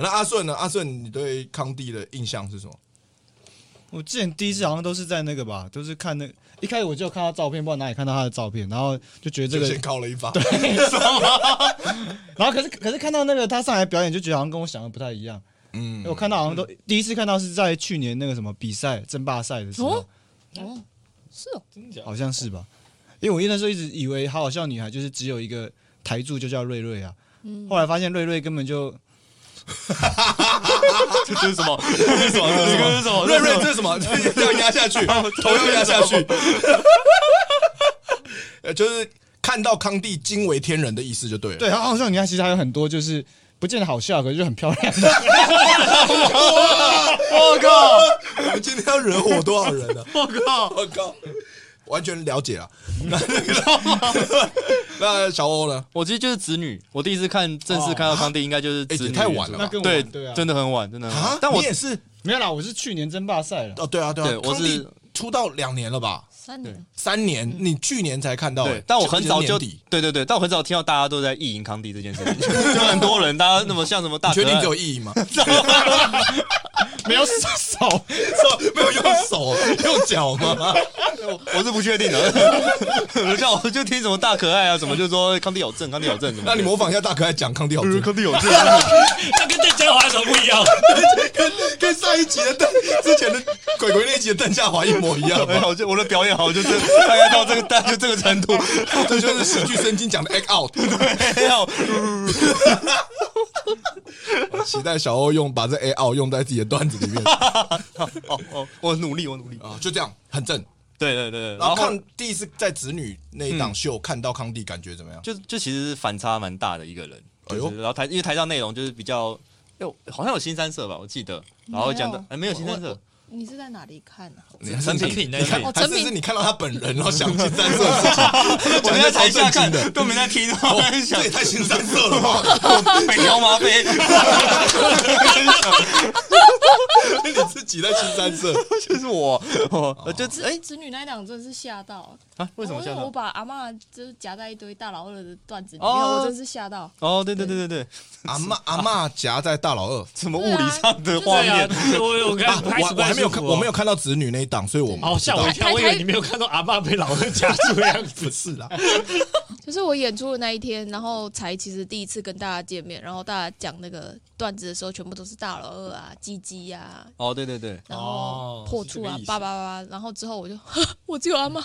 Speaker 4: 那阿顺呢？阿顺，你对康帝的印象是什么？
Speaker 1: 我之前第一次好像都是在那个吧，都是看那一开始我就有看到照片，不知道哪里看到他的照片，然后就觉得这
Speaker 4: 就
Speaker 1: 个
Speaker 4: 先，靠了一发，
Speaker 1: 然后可是可是看到那个他上来表演，就觉得好像跟我想的不太一样。
Speaker 4: 嗯
Speaker 1: 因为我看到好像都第一次看到是在去年那个什么比赛争霸赛的时候
Speaker 2: 哦，
Speaker 5: 啊
Speaker 2: 哦，是哦，
Speaker 1: 好像是吧？因为我那时候一直以为好好笑女孩就是只有一个台柱，就叫瑞瑞啊。后来发现瑞瑞根本就
Speaker 3: 这是什么？这是什么？这是什么？
Speaker 4: 哦瑞瑞，这是什 [laughs] 么？要压下去，头要压下去。呃， [laughs] 就是看到康帝惊为天人的意思就对了。
Speaker 1: 对，好好笑女孩其实还有很多就是不见得好笑，可是就很漂亮。
Speaker 4: 我靠！我们今天要惹火多少人呢、 [laughs] 我靠！我靠！完全了解 [laughs] 了。那那小欧呢？
Speaker 3: 我其实就是子女，我第一次看正式看到康帝，应该就是
Speaker 4: 哎
Speaker 3: 子
Speaker 4: 也
Speaker 3: 女
Speaker 4: 太晚了
Speaker 1: [laughs]
Speaker 4: 吧
Speaker 1: 那跟我
Speaker 3: 对
Speaker 1: 对啊
Speaker 3: 真的很晚，真的很晚。
Speaker 4: 啊，
Speaker 3: 但我
Speaker 4: 你也是
Speaker 1: 没有啦，我是去年争霸赛了。
Speaker 4: 哦，对啊，对
Speaker 3: 对
Speaker 4: 啊，
Speaker 3: 我
Speaker 4: 康帝
Speaker 3: 是
Speaker 4: 出道两年了吧？
Speaker 2: 三年
Speaker 4: 三年，你去年才看到、
Speaker 3: 嗯对
Speaker 4: 欸，
Speaker 3: 但我很早
Speaker 4: 去年
Speaker 3: 就
Speaker 4: 年底
Speaker 3: 对对对，但我很早听到大家都在意淫康
Speaker 4: [laughs]
Speaker 3: 帝这件事情，就很多人，大家那么像什么大
Speaker 4: 你
Speaker 3: 可
Speaker 4: 确定
Speaker 3: 爱
Speaker 4: 只有意义吗？
Speaker 1: 没有 [laughs] 手，
Speaker 4: 手没有用手， [laughs] 用脚
Speaker 3: [laughs]
Speaker 4: 吗？
Speaker 3: 我是不确定的。我像我就听什么大可爱啊，什么就说康帝有症，康帝有症什么的。
Speaker 4: 那你模仿一下大可爱讲康帝好
Speaker 3: 呃
Speaker 4: 吃，
Speaker 3: 康帝有症，
Speaker 5: 他跟邓家华有什么不一
Speaker 4: [laughs]
Speaker 5: 样？
Speaker 4: 跟上一集的邓之前的鬼鬼那一集的邓家华一模一样
Speaker 3: 哎
Speaker 4: 吧？
Speaker 3: 我就我的表演好，就是大概到这个大概就这个程度，
Speaker 4: 这就是喜剧圣经讲的 act out。
Speaker 3: [laughs] 没有
Speaker 4: 期待小欧用把这 A out 用在自己的段子里
Speaker 3: [laughs]
Speaker 4: 面
Speaker 3: 哦哦，我努力，我努力。
Speaker 4: 啊，就这样很正。
Speaker 3: 对对对，
Speaker 4: 然
Speaker 3: 然
Speaker 4: 后
Speaker 3: 后嗯
Speaker 4: 看第一次在子女那一档秀看到康帝，感觉怎么样？
Speaker 3: 就就其实是反差蛮大的一个人，
Speaker 4: 哎
Speaker 3: 就
Speaker 4: 呦
Speaker 3: 是然后台因为台上内容就是比较，哎呦好像有新三色吧，我记得，然后讲的哎没有新三色，
Speaker 2: 你是在哪里看啊？
Speaker 4: 你还是
Speaker 3: 成
Speaker 4: 你
Speaker 3: 品
Speaker 5: 品那
Speaker 4: 你看
Speaker 5: 个
Speaker 2: 哦
Speaker 4: 还
Speaker 2: 成
Speaker 4: 是
Speaker 2: 品
Speaker 4: 是你看到他本人，然后想起三色的事
Speaker 3: [laughs] 我
Speaker 4: 情，讲
Speaker 3: 在
Speaker 4: 在
Speaker 3: 台
Speaker 4: 台
Speaker 3: 下
Speaker 4: 下
Speaker 3: 看
Speaker 4: 看的，哦
Speaker 3: 都没在听，我在想
Speaker 4: 这也太新三色了吧？ [laughs]
Speaker 3: 北条麻飞，
Speaker 4: 你自己在新三色，
Speaker 3: 就是我，我就
Speaker 2: 子
Speaker 3: 哎
Speaker 2: 子女那一档真的是吓到，哦
Speaker 3: 啊为什么
Speaker 2: 因
Speaker 3: 这
Speaker 2: 我
Speaker 3: 样？
Speaker 2: 把阿嬷就是夹在一堆大老二的段子里面，
Speaker 3: 哦
Speaker 2: 我真是吓到。
Speaker 3: 哦，对对对对对，
Speaker 4: 阿嬷阿嬷夹在大老二。
Speaker 3: 什么物理上的画
Speaker 5: 对啊
Speaker 3: 面？，
Speaker 5: 我我
Speaker 4: 啊
Speaker 5: 看拍
Speaker 4: 我
Speaker 5: 什
Speaker 4: 我
Speaker 5: 么
Speaker 4: 还没有看，我没有看到子女那一档，所以我
Speaker 5: 哦，吓我一跳，我以为你没有看到阿爸被老人夹住的样子。
Speaker 4: 不 [laughs] 是啦。
Speaker 2: 就是我演出的那一天，然后才其实第一次跟大家见面，然后大家讲那个段子的时候，全部都是大老二啊、鸡鸡啊，
Speaker 3: 哦，对对对，
Speaker 2: 然
Speaker 5: 哦
Speaker 2: 后破处
Speaker 5: 是这
Speaker 2: 啊
Speaker 5: 个意，思
Speaker 2: 叭叭叭，然后之后我就 [laughs] 我只有阿妈，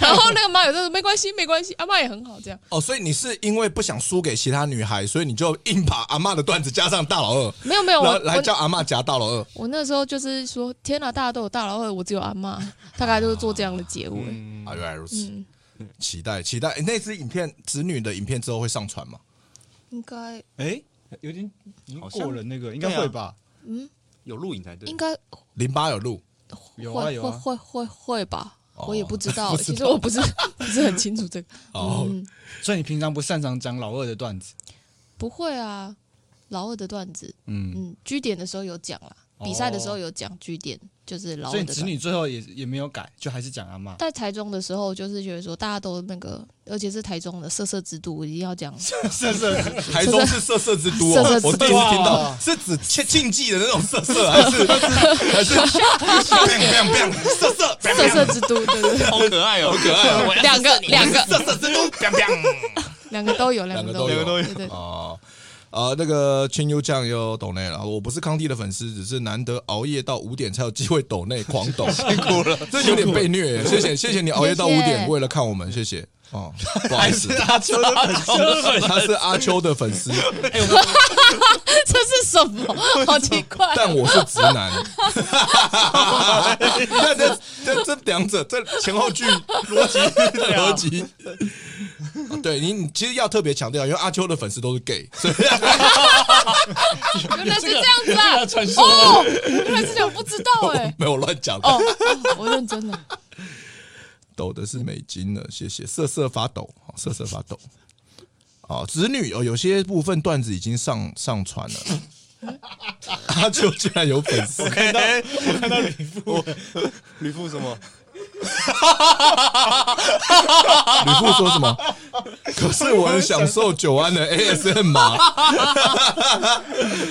Speaker 2: 然后那个妈友就说没关系没关系，阿妈也很好这样。
Speaker 4: 哦，所以你是因为不想输给其他女孩，所以你就硬把阿嬷的段子加上大老二，
Speaker 2: 没有没有，
Speaker 4: 然
Speaker 2: 我
Speaker 4: 后来叫
Speaker 2: 我
Speaker 4: 阿嬷夹大老二。
Speaker 2: 我那时候就是说，天哪、啊大家都有大老二，我只有阿妈，大概就是做这样的结尾。
Speaker 3: 嗯，
Speaker 4: 啊，原来如此，
Speaker 2: 嗯，
Speaker 4: 期待期待、诶那支影片子女的影片之后会上传吗？
Speaker 2: 应该
Speaker 1: 哎，有点已经
Speaker 3: 好像
Speaker 1: 过了那个，应该
Speaker 3: 对啊
Speaker 1: 会吧？
Speaker 2: 嗯
Speaker 3: 有录影才对
Speaker 2: 应，该
Speaker 4: 零八有录，
Speaker 1: 有啊
Speaker 2: 会
Speaker 1: 有
Speaker 2: 会
Speaker 1: 啊，
Speaker 2: 会会会吧。
Speaker 4: 哦
Speaker 2: 我也不知道，
Speaker 4: 不知道
Speaker 2: 其实我不是 [laughs] 不是很清楚这个。
Speaker 4: 哦
Speaker 2: 嗯，
Speaker 1: 所以你平常不擅长讲老二的段子，
Speaker 2: 不会啊，老二的段子，
Speaker 1: 嗯，
Speaker 2: 嗯，居点的时候有讲啦，
Speaker 1: 哦
Speaker 2: 比赛的时候有讲居点，就是老二
Speaker 1: 所以你
Speaker 2: 的段
Speaker 1: 子
Speaker 2: 子。
Speaker 1: 女最后也也没有改，就还是讲阿妈。
Speaker 2: [laughs] 在台中的时候，就是觉得说大家都那个，而且是台中的色色之都，一定要 [laughs] 讲。
Speaker 1: 是是，
Speaker 4: 台中是色色之都、哦，
Speaker 2: 色色之都
Speaker 4: 我第一
Speaker 3: 啊
Speaker 4: 次听到
Speaker 2: 哦
Speaker 1: 哇，
Speaker 4: 是指禁禁忌的那种色色，还
Speaker 3: [laughs]
Speaker 4: 是
Speaker 2: [laughs]
Speaker 4: 还是 bang bang bang 色色
Speaker 2: 色色之都，对对对，
Speaker 3: 好可爱哦，好可爱，
Speaker 6: 我要
Speaker 2: 两个两个
Speaker 6: 色色之都，砰砰！
Speaker 2: 两个都有，两
Speaker 4: 个
Speaker 2: 个
Speaker 4: 都
Speaker 2: 都
Speaker 4: 有
Speaker 2: 有，对对对。
Speaker 4: 哦，呃，那个青优酱又抖内了，我不是康帝的粉丝，只是难得熬夜到五点才有机会抖内狂抖，辛苦
Speaker 3: [laughs]
Speaker 4: 了，这有点被虐，谢谢谢谢你熬夜到五
Speaker 2: 谢
Speaker 4: 点
Speaker 2: 谢
Speaker 4: 为了看我们，谢谢 [laughs] 哦，不好意思，
Speaker 3: 阿秋的粉
Speaker 5: [laughs]
Speaker 3: 丝，
Speaker 4: 他哦是阿秋的粉 [laughs] 丝，
Speaker 2: 这是什 [laughs] 么？好奇怪。
Speaker 4: 但我是直 [laughs] 男，那这这这两者这前后句逻辑逻辑。哦对你，你其实要特别强调，因为阿秋的粉丝都是 gay，所以
Speaker 2: 原来是这样子啊！
Speaker 5: 传说
Speaker 2: 哦，原来是这样，我不知道
Speaker 4: 我
Speaker 2: 哎。
Speaker 4: 没有乱讲的。
Speaker 2: 哦，哦我认真了。
Speaker 4: 抖的是美金了，谢谢，瑟瑟发抖，好，瑟瑟发抖。 [laughs] 哦，子女哦，有些部分段子已经上上传了。 [laughs] 阿秋居然有粉 [laughs] 丝，
Speaker 3: 看到我 [laughs] 看到吕布，吕布什 [laughs] 么？
Speaker 4: 吕布说什么？可是我很享受九安的 ASM [laughs] 嘛。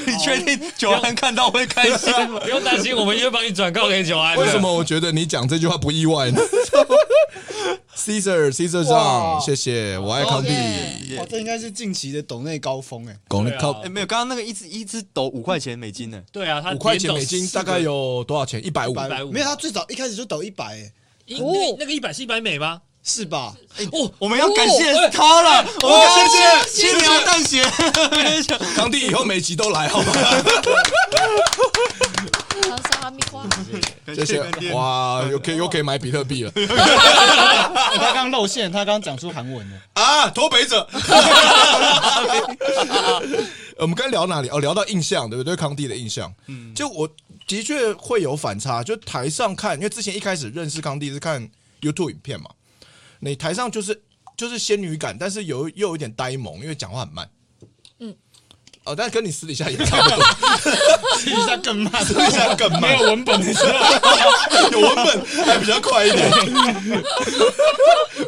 Speaker 3: 你确定九安看到会开心吗？
Speaker 5: [laughs] 不用担心，我们也会帮你转告给九安的。
Speaker 4: 为什么我觉得你讲这句话不意外呢 [laughs] ？Caesar Caesar 上，谢谢，我爱康帝。
Speaker 1: 哇，哦这应该是近期的抖内高峰哎。
Speaker 4: 拱的
Speaker 5: 对啊
Speaker 4: 靠
Speaker 3: [laughs] 哎，没有，刚刚那个一直一直抖五块钱美金呢，
Speaker 5: 对啊，他
Speaker 4: 五块钱美金大概有多少钱？一百五。
Speaker 5: 150
Speaker 1: 没有，他最早一开始就抖一百哎，
Speaker 5: 一那那个一百是一百美吗？
Speaker 1: 是吧？
Speaker 5: 哦，
Speaker 3: 我们要感谢他了，我们感哦谢轻描淡写， [laughs]
Speaker 4: 康帝以后每集都来，好吧？
Speaker 2: 长沙哈密瓜，
Speaker 4: 谢 [laughs] 谢。
Speaker 3: [laughs]
Speaker 4: 哇，又可以又可以买比特币了。
Speaker 1: 哎他刚露馅，他刚讲出韩文 [laughs] 了。
Speaker 4: 啊，脱北者。我们刚聊哪里？哦，聊到印象，对不对？对康帝的印象，嗯，就我的确会有反差。就台上看，因为之前一开始认识康帝是看 YouTube 影片嘛，你台上就是就是仙女感，但是有又有一点呆萌，因为讲话很慢。嗯
Speaker 2: 嗯，
Speaker 4: 哦，但是跟你私底下也差不多，
Speaker 1: 私底下更慢，
Speaker 4: 私底下更慢，没有文本的时候，啊 [laughs] 有文本还比较快一点，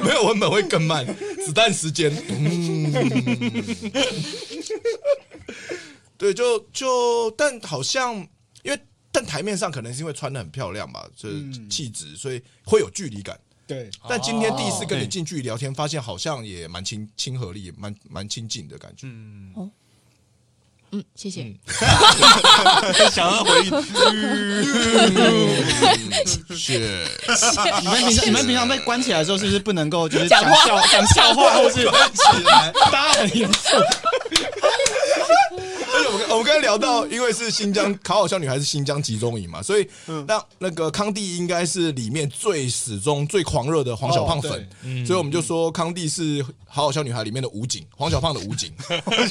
Speaker 4: 没有文本会更慢，子弹时间。嗯对，就就但好像因为但台面上可能是因为穿的很漂亮吧，就是
Speaker 1: 嗯
Speaker 4: 气质，所以会有距离感。
Speaker 1: 对，
Speaker 4: 但今天第一次跟你
Speaker 3: 对
Speaker 4: 近距离聊天，发现好像也蛮亲亲和力，蛮蛮亲近的感觉。
Speaker 3: 嗯，
Speaker 2: 嗯，谢谢。
Speaker 3: 想要回应，
Speaker 4: 嗯是，
Speaker 1: 你们平常你们平常被关起来的时候，是不是不能够就是
Speaker 2: 讲
Speaker 1: 讲 [laughs]
Speaker 2: 话
Speaker 1: 笑讲笑话，或是大家很严肃？
Speaker 4: 而且我们我们刚才聊到，因为是新疆考好校女孩是新疆集中营嘛，所以那那个康帝应该是里面最始终最狂热的黄小胖粉嗯
Speaker 1: 哦，
Speaker 4: 所以我们就说康帝是好好校女孩里面的武警，黄小胖的武警，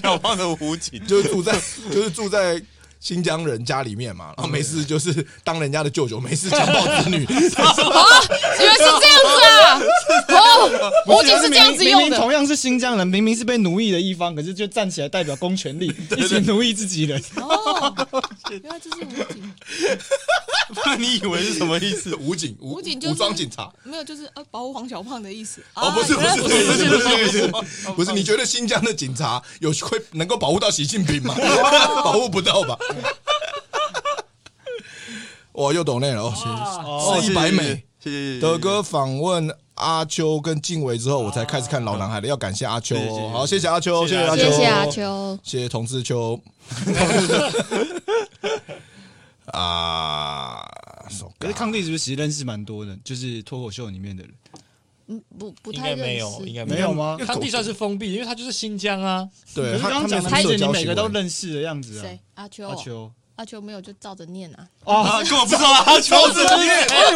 Speaker 3: 小胖的武警，
Speaker 4: 就是住在就是住在。新疆人家里面嘛，然后没事就是当人家的舅舅，没事强暴子女，
Speaker 2: 啊，原来是这 [laughs] 样子啊！哦，武警是这样子
Speaker 1: 明
Speaker 2: 用
Speaker 1: 明
Speaker 2: 的。
Speaker 1: 同样是新疆人，明明是被奴役的一方，可是就站起来代表公权 [laughs] 力，一起奴役自己人。
Speaker 4: [laughs]
Speaker 2: 哦，原来这是武警，
Speaker 3: 你以为是什么意思？
Speaker 4: 武警武
Speaker 2: 武警就是
Speaker 4: 武装警察，
Speaker 2: 没有，就是呃保护黄小胖的意思啊
Speaker 4: 哦，不是不
Speaker 2: 原来
Speaker 4: 是不是不是不是不是不是，你觉得新疆的警察有会能够保护到习近平 [laughs] 吗？保护不到吧？哇，又懂内了哦，是一百美。，
Speaker 3: 谢谢谢谢
Speaker 4: 德，哥访问阿秋跟静伟之后，我才开始看老男孩的，要感谢阿秋
Speaker 3: 谢谢谢谢
Speaker 4: 哦。好，谢谢阿秋，
Speaker 5: 谢
Speaker 4: 谢
Speaker 5: 谢
Speaker 4: 阿
Speaker 5: 阿
Speaker 4: 秋，
Speaker 2: 谢谢阿，秋，
Speaker 4: 谢谢童志秋。 [laughs] 啊，手
Speaker 1: [laughs] 可
Speaker 4: 感
Speaker 1: 是康帝是不是其实认识蛮多的，就是脱口秀里面的人？
Speaker 2: 嗯，不不
Speaker 5: 应
Speaker 2: 太
Speaker 5: 该没
Speaker 2: 认
Speaker 5: 有，
Speaker 2: 识。
Speaker 5: 应该
Speaker 1: 没有吗？
Speaker 5: 康帝算是封闭，因为他就是新疆啊，
Speaker 1: 可
Speaker 4: 对，
Speaker 1: 是
Speaker 4: 他
Speaker 1: 刚刚讲的
Speaker 4: 他们
Speaker 1: 是
Speaker 4: 有
Speaker 1: 你
Speaker 4: 社交
Speaker 1: 每个都
Speaker 4: 行为
Speaker 1: 认识的样子啊。
Speaker 2: 谁？阿秋
Speaker 1: 阿
Speaker 2: 哦，
Speaker 1: 秋
Speaker 2: 阿秋没有就照着念啊。
Speaker 1: 哦，
Speaker 3: [laughs] 啊，根本不知道阿秋是 [laughs]
Speaker 1: 对，我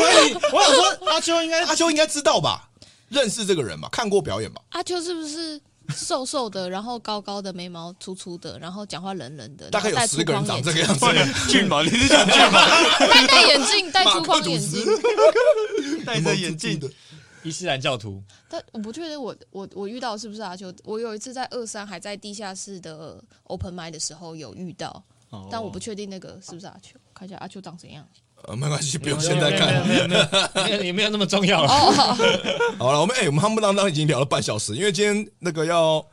Speaker 1: 以为你，我想说阿秋应该
Speaker 4: 阿秋应该知道吧？认识这个人吧？看过表演吧？
Speaker 2: 阿秋是不是瘦瘦的，然后高高的，眉毛粗粗的，然后讲话冷冷的，
Speaker 4: 大概有
Speaker 2: 然后戴
Speaker 4: 十个人
Speaker 2: 粗框
Speaker 4: 长
Speaker 2: 眼
Speaker 4: 这个
Speaker 2: 镜
Speaker 4: 样子。
Speaker 3: 俊吧？你是想俊吧？
Speaker 4: [laughs]
Speaker 2: 戴戴眼镜，戴粗框眼
Speaker 4: 马
Speaker 2: 镜。
Speaker 3: 戴着眼镜，
Speaker 5: 伊斯兰教徒，
Speaker 2: [laughs] 但我不确定我我我遇到是不是阿秋。我有一次在二三还在地下室的 open mic 的时候有遇到，
Speaker 4: 哦
Speaker 2: 但我不确定那个是不是阿秋。看一下阿秋长怎样。
Speaker 4: [laughs] 呃，没关系，不用现在看。
Speaker 5: 没有没有没有，也没有那么重要了。
Speaker 2: 哦
Speaker 4: 好了，我们哎、我们夯不啷当已经聊了半小时，因为今天那个要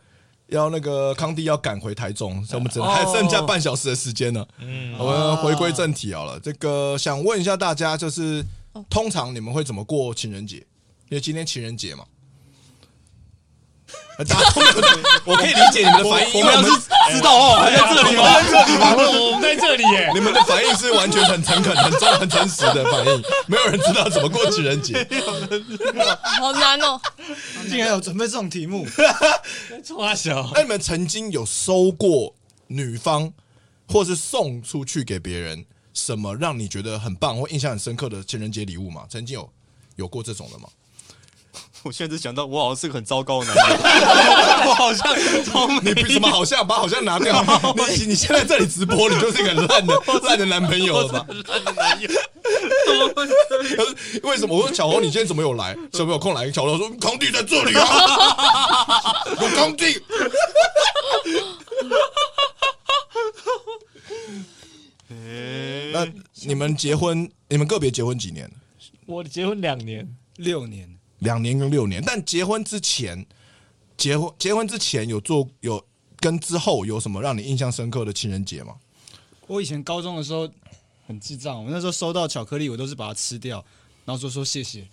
Speaker 4: 要那个康帝要赶回台中，所以我们只能还剩下半小时的时间了。
Speaker 5: 嗯，
Speaker 4: 我们回归正题好了，这个想问一下大家，就是通常你们会怎么过情人节？因为今天情人节嘛。 [laughs] 大家都没有，我可以理解你们的反应，因为我们
Speaker 3: 知道哦，还在这里吗？
Speaker 5: 我们在这里耶，
Speaker 4: [laughs] 你们的反应是完全很诚恳、很忠、很诚实的反应，没有人知道怎么过情人节。
Speaker 2: 好难哦，
Speaker 1: 竟然有准备这种题目，
Speaker 5: 冲阿小，
Speaker 4: [laughs] 那你们曾经有收过女方，或是送出去给别人什么让你觉得很棒或印象很深刻的情人节礼物吗？曾经有有过这种的吗？
Speaker 3: 我现在只想到，我好像是个很糟糕的男人， [laughs] 我好像从
Speaker 4: 你什么好像把好像拿掉？你你现在这里直播，你就是一个很烂的烂的男朋友了吧？为什么？我说小红，你今天怎么有来？怎么有空来？小红说康帝在这里啊， [laughs] 有康帝。那你们结婚，你们个别结婚几年？
Speaker 5: 我结婚两年，
Speaker 1: 六年
Speaker 4: 两年跟六年。但结婚之前，结婚结婚之前有做有跟之后有什么让你印象深刻的情人节吗？
Speaker 1: 我以前高中的时候很智障，我那时候收到巧克力，我都是把它吃掉，然后说说谢谢。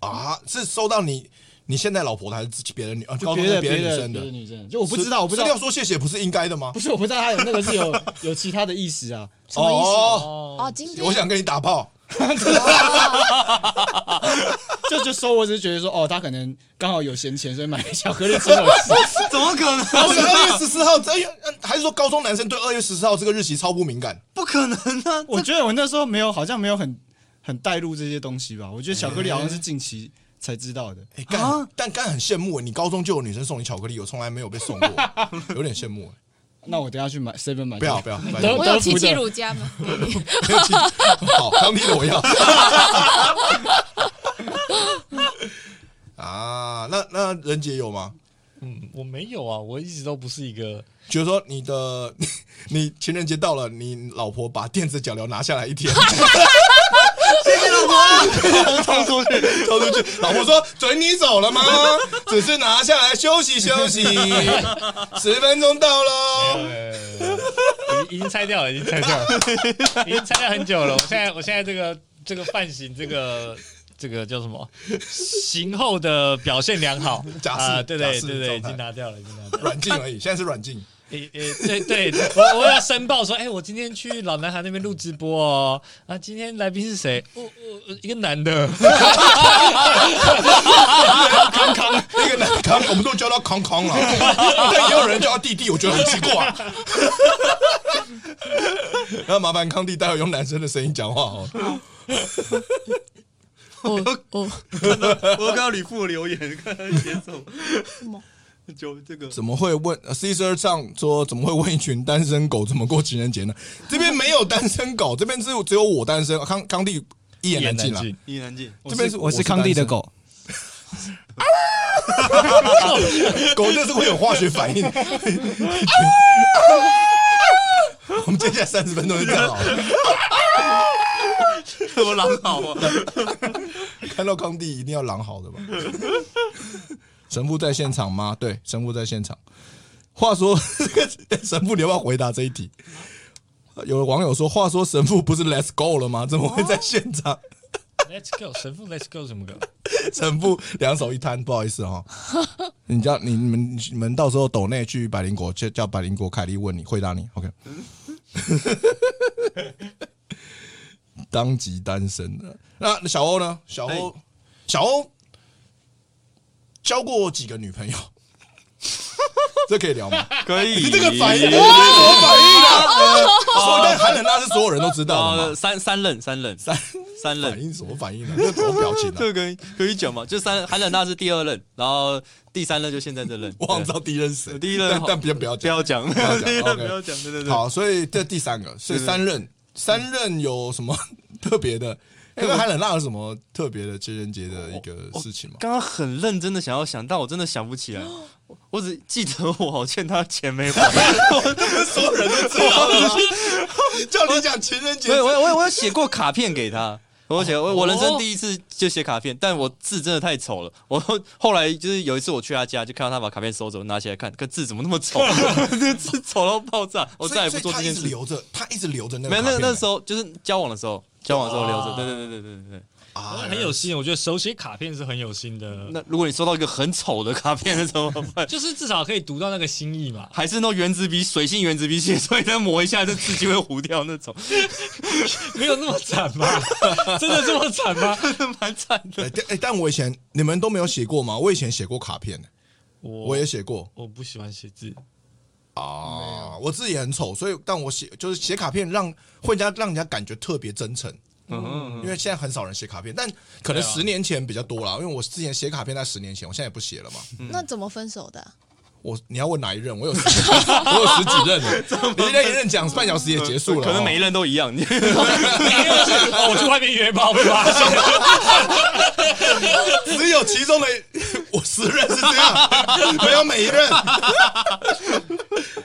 Speaker 4: 啊，是收到你你现在老婆的还是自己别人女啊？
Speaker 1: 就
Speaker 4: 高中
Speaker 1: 别
Speaker 4: 是
Speaker 1: 的
Speaker 4: 别
Speaker 1: 别
Speaker 4: 人女
Speaker 1: 的
Speaker 4: 生
Speaker 1: 别
Speaker 4: 的
Speaker 1: 的，女生，就我不知道，我不知
Speaker 4: 吃掉
Speaker 1: 道，
Speaker 4: 说谢谢不是应该的吗
Speaker 1: 不？是我不知道他有那个是有 [laughs] 有其他的意思啊。
Speaker 2: 什么意思？哦，
Speaker 4: 哦，
Speaker 2: 今天
Speaker 4: 我想跟你
Speaker 1: [laughs]
Speaker 4: 打炮。
Speaker 1: 就就说，我只是觉得说，哦，他可能刚好有闲钱，所以买了巧克力请我吃。
Speaker 3: 怎么可能？ [laughs]
Speaker 4: 不是二月十四号，这哎还是说高中男生对二月十四号这个日期超不敏感？
Speaker 3: 不可能啊！
Speaker 1: [laughs] 我觉得我那时候没有，好像没有很很带入这些东西吧。我觉得巧克力好像是近期才知道的。
Speaker 4: 哎，
Speaker 1: 啊
Speaker 4: 干，但干很羡慕，你高中就有女生送你巧克力，我从来没有被
Speaker 1: [laughs]
Speaker 4: 送过，有点羡慕。欸
Speaker 1: 那我等一下去买 seven 买。
Speaker 4: 不要不要，不
Speaker 5: 德
Speaker 4: 要
Speaker 2: 我有七七乳加吗？
Speaker 4: 好，当地的我要。 [laughs] 啊，那那任杰有吗？
Speaker 5: 嗯，我没有啊，我一直都不是一个，
Speaker 4: 觉得说你的 [laughs] 你情人节到了，你老婆把电子脚镣拿下来一天， [laughs]
Speaker 3: [laughs] 冲出去，
Speaker 4: 偷出去，老婆说准你走了吗？只是拿下来休息休息，十分钟到喽。
Speaker 5: 已经拆掉了，已经拆掉了，已经拆掉很久了。我现在我现在这个这个范型这个。这个叫什么？行后的表现良好，
Speaker 4: [laughs] 假释
Speaker 5: 啊、对
Speaker 4: 假
Speaker 5: 对
Speaker 4: 释
Speaker 5: 对对，
Speaker 4: 状
Speaker 5: 已
Speaker 4: 态
Speaker 5: 经拿掉了，已经拿掉了。
Speaker 4: 软禁而已，现在是软禁。
Speaker 5: 诶诶，对对，我我要申报说，哎、我今天去老男孩那边录直播哦。啊，今天来宾是谁？我、哦、我、一个男的，
Speaker 4: 康康，那个男康，我们都叫他康 [laughs] 康了，但也有人叫他弟弟，我觉得很奇怪。 [laughs] 那麻烦康弟待会用男生的声音讲话哦。
Speaker 2: 哦
Speaker 4: [laughs]
Speaker 2: 哦，
Speaker 3: [laughs] 我看到李富的留言，看他写什么
Speaker 2: 么？
Speaker 3: 就这个
Speaker 4: 怎么会问呃 Caesar 唱说怎么会问一群单身狗怎么过情人节呢？这边没有单身狗，这边只有只有我单身。康康弟一言难尽了，
Speaker 3: [laughs]
Speaker 4: [laughs]
Speaker 3: 一言难尽。
Speaker 4: 这边是
Speaker 1: 我是康帝的，狗，
Speaker 4: 单身狗就是会有化学反 [laughs] 应。我们接下来三十分钟就这样好了。
Speaker 3: 什么狼嚎啊？
Speaker 4: [laughs] 看到康帝一定要狼嚎的吧？ [laughs] 神父在现场吗？对，神父在现场。话说， [laughs] 神父你要不要回答这一题？有网友说，话说神父不是 Let's Go 了吗？怎么会在现场？
Speaker 5: Let's go，神父 Let's go 什么歌？
Speaker 4: 神父两手一摊，不好意思哦。你叫你你们你们到时候抖内去百灵国，叫叫百灵国凯莉问你回答你，OK？当即单身的那小欧呢？小欧、
Speaker 3: 哎
Speaker 4: 小欧交过几个女朋友？ [laughs] 这可
Speaker 3: [laughs]
Speaker 4: 以聊吗？
Speaker 3: 可以。
Speaker 4: 你这个反应，我么反应
Speaker 3: [laughs]
Speaker 4: 啊？
Speaker 3: 哦
Speaker 4: 所以但韩冷那是所有人都知道的
Speaker 3: 呃，
Speaker 4: 嘛？
Speaker 3: 三三冷，三冷，三三
Speaker 4: 反
Speaker 3: 冷，
Speaker 4: 应什么反应呢、啊？这什么表
Speaker 3: [laughs]
Speaker 4: 情呢、啊？
Speaker 3: 这个可以可以讲嘛？就三韩冷那是第二任，然后第三任就现在这 [laughs] 任。
Speaker 4: 我想知道第一任是谁，
Speaker 3: 第一任
Speaker 4: 但
Speaker 3: 好
Speaker 4: 但不要不要
Speaker 3: 不
Speaker 4: 讲。
Speaker 3: 要讲，
Speaker 4: [laughs]
Speaker 3: 不 [laughs]
Speaker 4: 要讲
Speaker 3: 不
Speaker 4: OK
Speaker 3: 要讲，对对对。
Speaker 4: 好，所以这第三个，所以
Speaker 3: 对对
Speaker 4: 三任三任有什么 [laughs] 特别的？因为海冷娜有什么特别的情人节的一个事情吗？
Speaker 3: 刚刚很认真的想要想，但我真的想不起来。我我只记得我好欠他钱没 [laughs] 还，
Speaker 4: 所有人都知道了吗，叫你讲情人节
Speaker 3: 我，有我有我有我有写过卡片给他，我有写我我人生第一次就写卡片，但我字真的太丑了。我后后来就是有一次我去他家，就看到他把卡片收走，拿起来看，可字怎么那么 [laughs] 丑，这字丑到爆炸，我
Speaker 4: 所
Speaker 3: 再
Speaker 4: 以
Speaker 3: 也
Speaker 4: 所
Speaker 3: 不
Speaker 4: 以
Speaker 3: 做
Speaker 4: 他
Speaker 3: 这
Speaker 4: 一
Speaker 3: 件
Speaker 4: 直
Speaker 3: 事。
Speaker 4: 留着，他一直留着那个
Speaker 3: 没有，那那时
Speaker 4: 候
Speaker 3: 候就是交往的时候，交往的时候留着，
Speaker 5: 哇
Speaker 3: 对对对对对对对。
Speaker 4: [laughs] 啊
Speaker 5: 很有心，我觉得手写卡片是很有心的，
Speaker 3: 那如果你收到一个很丑的卡片，那怎么办？
Speaker 5: 就是至少可以读到那个心意嘛。
Speaker 3: 还是弄原子笔、水性原子笔写，所以再磨一下，这字就会糊掉那种，
Speaker 5: 没有那么惨 [laughs] 吗？真的这么惨吗？
Speaker 3: 蛮惨的。
Speaker 4: 哎但哎但我以前你们都没有写过吗？我以前写过卡片，
Speaker 5: 我
Speaker 4: 我也写过
Speaker 5: 我不喜欢写字，
Speaker 4: 啊，我自己也很丑，所以但我写就是写卡片让会让让人家感觉特别真诚。
Speaker 3: 嗯，
Speaker 4: 因为现在很少人写卡片，但可能
Speaker 5: 对啊
Speaker 4: 十年前比较多啦。因为我之前写卡片在十年前，我现在也不写了嘛。
Speaker 2: 那怎么分手的啊？
Speaker 4: 我你要问哪一任？我有十我有十几
Speaker 3: [laughs]
Speaker 4: 任了，你那一任讲半小时也结束了，
Speaker 3: 可能每一
Speaker 4: 哦。
Speaker 3: 任都一样。你
Speaker 5: 哦，我去外面约炮被发现，
Speaker 4: 只有其中的我十任是这样，没有每一任。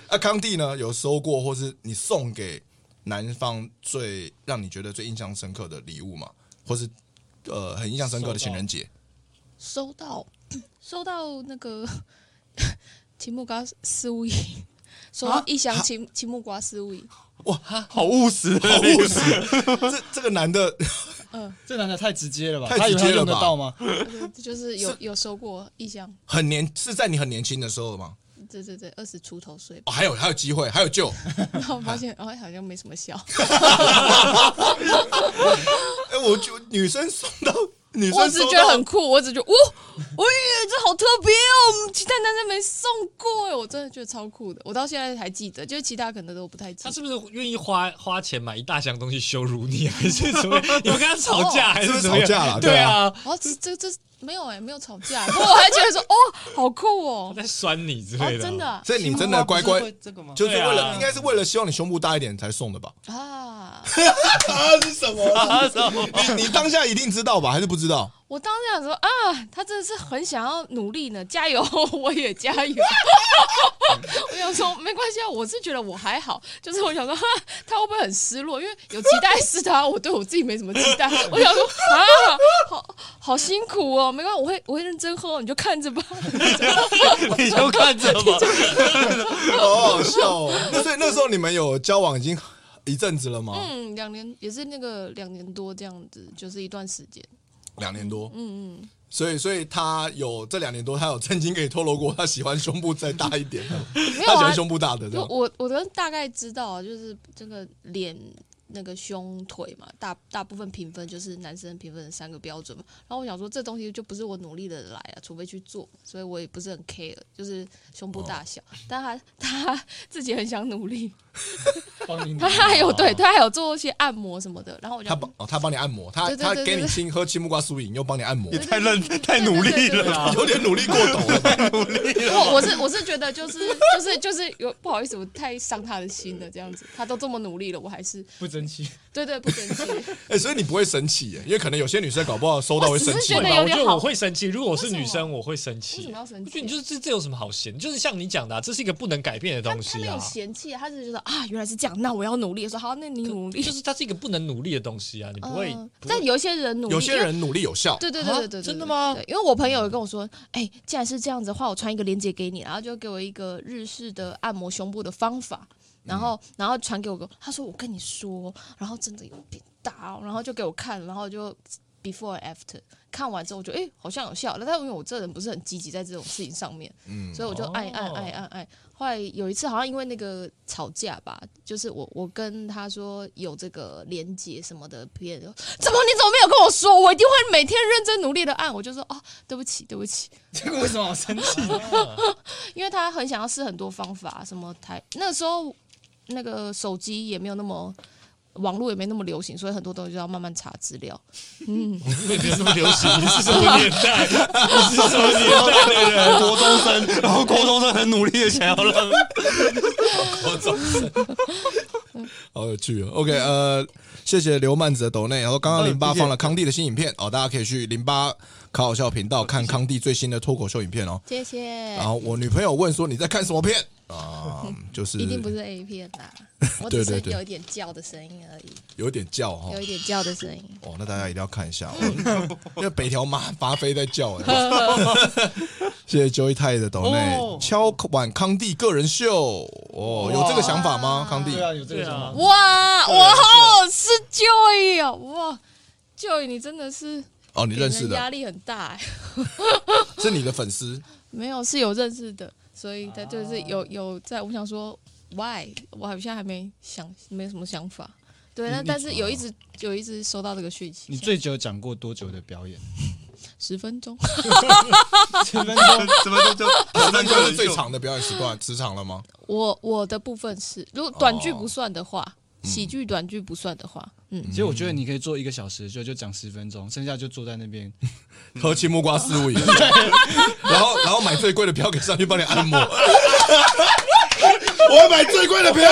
Speaker 4: 啊，康帝呢？有收过或是你送给男方最让你觉得最印象深刻的礼物吗？或是呃很印象深刻的情人节？
Speaker 2: 收到， [coughs] 收到那个 [laughs] 青木瓜丝乌衣，收到一
Speaker 4: 啊
Speaker 2: 箱青青木瓜丝乌衣，
Speaker 3: 好务实，
Speaker 4: 好务实，？Oh，这这个男的
Speaker 1: 这男的太直接了吧？
Speaker 4: 太
Speaker 1: 他以
Speaker 4: 直
Speaker 1: 为他
Speaker 4: 接了
Speaker 1: 用得
Speaker 4: 吧
Speaker 1: 到吗？ [laughs]
Speaker 2: 呃就是有有收过一箱，
Speaker 4: 很年是在你很年轻的时候吗？
Speaker 2: 对对对，二十出头
Speaker 4: [laughs]
Speaker 2: 岁吧，
Speaker 4: 哦，还有还有机会，还有救。
Speaker 2: 然后发现哦好像没什么效，
Speaker 4: 哎、我就女生送到女
Speaker 2: 我
Speaker 4: 生
Speaker 2: 只
Speaker 4: 收
Speaker 2: 觉得
Speaker 4: 到
Speaker 2: 很酷，我只觉得哇，我也这好特别哦，我们其他男生没送过哎，我真的觉得超酷的，我到现在还记得，就是其他可能都不太记
Speaker 5: [laughs] 他
Speaker 2: 得。
Speaker 5: 是不是愿意花花钱买一大箱东西羞辱你，还是什 [laughs] 么？你们跟他吵架还
Speaker 4: 是不是
Speaker 5: 怎么样
Speaker 4: 吵架啦
Speaker 5: 对
Speaker 4: 对
Speaker 5: 啊
Speaker 4: 啊，
Speaker 2: 哦，这这这没有哎、没有吵架，不过我还觉得说哦，好酷哦
Speaker 5: [laughs] 我，在酸你之
Speaker 2: 哦
Speaker 5: 类的，
Speaker 2: 真的啊
Speaker 4: 所以你真的乖乖，
Speaker 3: 这个吗？
Speaker 4: 就是为
Speaker 5: 对
Speaker 4: 了、
Speaker 5: 啊
Speaker 4: 应该是为了希望你胸部大一点才送的吧？
Speaker 2: 啊， [laughs]
Speaker 4: 啊，是什么？你你当下一定知道吧？还是不知道？
Speaker 2: 我当时想说啊，他真的是很想要努力呢，加油， [laughs] 我也加油。 [laughs] 我想说没关系啊，我是觉得我还好，就是我想说哈，他会不会很失落？因为有期待是他，我对我自己没什么期待。我想说啊，好好辛苦哦，没关系，我会我会认真喝，哦你就看着吧。
Speaker 3: 你就看着吧。
Speaker 4: [laughs] 好好笑哦。 [laughs] 那所以那时候你们有交往已经一阵子了吗？
Speaker 2: 嗯，两年也是那个两年多这样子，就是一段时间。
Speaker 4: 两年多。
Speaker 2: 嗯嗯，
Speaker 4: 所以，所以他有这两年多，他有曾经给你透露过，他喜欢胸部再大一点的，
Speaker 2: 没有
Speaker 4: 他喜
Speaker 2: 啊
Speaker 4: 欢，胸部大的这
Speaker 2: 就
Speaker 4: 样。
Speaker 2: 我我都大概知道啊，就是这个脸、那个胸、腿嘛，大大部分评分就是男生评分的三个标准嘛。然后我想说，这东西就不是我努力的来啊，除非去做，所以我也不是很 care，就是胸部大小。但他他 [laughs] 自己很想努力，
Speaker 1: 帮
Speaker 2: [laughs]
Speaker 1: 你
Speaker 2: 他还有对他还有做一些按摩什么的。然后我就
Speaker 4: 他帮哦，他帮你按摩，他
Speaker 2: 对对
Speaker 4: 他
Speaker 2: 对对
Speaker 4: 给你
Speaker 2: 对
Speaker 4: 亲喝青木瓜酥饮，又帮你按摩
Speaker 3: 也，太认太努力了啦，
Speaker 4: 有点努力过头了。
Speaker 2: 我我是我是觉得就是就是就是有不好意思，我太伤他的心了，这样子，他都这么努力了，我还是
Speaker 1: 不争气，
Speaker 2: 对对不争气，
Speaker 4: 哎，所以你不会生气耶，因为可能有些女生搞不好收到会生
Speaker 2: 我只是
Speaker 4: 气
Speaker 2: 觉得
Speaker 5: 会吧？
Speaker 2: 有
Speaker 5: 我觉
Speaker 2: 点
Speaker 5: 得
Speaker 2: 好
Speaker 5: 我会生气。如果我是女
Speaker 2: 为什
Speaker 5: 生，我会生气。
Speaker 2: 为什么要生气啊
Speaker 5: 我觉得你就是这这有什么好嫌？就是像你讲的、啊，这是一个不能改变的
Speaker 2: 他
Speaker 5: 东
Speaker 2: 哦他
Speaker 5: 西
Speaker 2: 没有
Speaker 5: 啊。
Speaker 2: 嫌弃，他只是觉得啊原来是这样，那我要努力，说好，那你努力，
Speaker 5: 就是它是一个不能努力的东西啊，你不
Speaker 2: 嗯
Speaker 5: 会。不会
Speaker 2: 但有些人努力，
Speaker 4: 有些人努力有效，
Speaker 2: 对对对对对对，
Speaker 5: 啊真的吗
Speaker 2: 对因为我朋友有跟我说，哎、既然是这样子的话，我传一个链接给你，啊然后就给我一个日式的按摩胸部的方法，然后、
Speaker 5: 嗯
Speaker 2: 然后传给我个，他说我跟你说，然后真的有变大、哦，然后就给我看，然后就 before and after。看完之后，我觉得哎、好像有效，但但因为我这人不是很积极在这种事情上面，
Speaker 4: 嗯，
Speaker 2: 所以我就按一按
Speaker 5: 哦
Speaker 2: 按一按按。后来有一次好像因为那个吵架吧，就是我我跟他说有这个连接什么的，别人就怎么你怎么没有跟我说？我一定会每天认真努力的按。我就说哦，对不起对不起，
Speaker 1: 这个为什么好生气？
Speaker 2: 因为他很想要试很多方法，什么台那时候那个手机也没有那么。网络也没那么流行，所以很多东西就要慢慢查资料。
Speaker 5: 也没有那么流行，你是什么年代？你是什么年代的人？
Speaker 3: 国中生，然后国中生很努力的想要让
Speaker 4: 好有趣哦。OK，呃，谢谢刘曼子的抖内，然后
Speaker 2: 嗯
Speaker 4: 刚刚零八放了康帝的新影片哦，大家可以去零八考好笑频道看康帝最新的脱口秀影片哦。
Speaker 2: 谢谢
Speaker 4: 然，后我女朋友问说你在看什么片
Speaker 2: [laughs]
Speaker 4: 啊？就是
Speaker 2: 一定不是 A 片
Speaker 4: [laughs]
Speaker 2: 啦，我
Speaker 4: 对
Speaker 2: 只
Speaker 4: 对
Speaker 2: 是
Speaker 4: 对哦
Speaker 2: 有一点叫的声音而已，
Speaker 4: 有点叫哈
Speaker 2: 有，一点叫的声音。
Speaker 4: 哦，那大家一定要看一下，哦，
Speaker 2: [laughs]
Speaker 4: 因为北条马巴菲在叫哎、 [laughs] 谢谢 Joy 太的抖内、
Speaker 1: 哦
Speaker 4: 敲碗康帝个人秀哦，有这个想法吗？康帝
Speaker 1: 对啊，有这个
Speaker 5: [laughs] 对
Speaker 1: 想法。
Speaker 5: 啊
Speaker 2: 哇，我好是 Joy 哦，哇，Joy 你真的是
Speaker 4: 哦，你
Speaker 2: 给
Speaker 4: 认识
Speaker 2: 人
Speaker 4: 的
Speaker 2: 压力很大哎，
Speaker 4: 是你的粉丝
Speaker 2: [laughs] 没有是有认识的，所以他
Speaker 4: 哦
Speaker 2: 就是有有在，我想说 why，我好像还没想，没什么想法。对，那但
Speaker 4: 哦
Speaker 2: 是有一直有一直收到这个讯息，
Speaker 1: 你最久讲过多久的表 [laughs] 演？
Speaker 2: 十分钟，
Speaker 1: 十分钟，
Speaker 3: 怎么就就
Speaker 4: [laughs] 十分钟是最长的表演时段，时长了吗？
Speaker 2: 我我的部分是，如
Speaker 4: 哦
Speaker 2: 果短剧不算的话，
Speaker 4: 嗯
Speaker 2: 喜剧短剧不算的话，
Speaker 4: [laughs]
Speaker 2: 嗯，
Speaker 1: 其实我觉得你可以做一个小时，就就讲十分钟，剩下就坐在那 [laughs] 边。
Speaker 4: 喝青木瓜丝五饮，然后然后买最贵的票给上去帮你按摩，我要买最贵的票，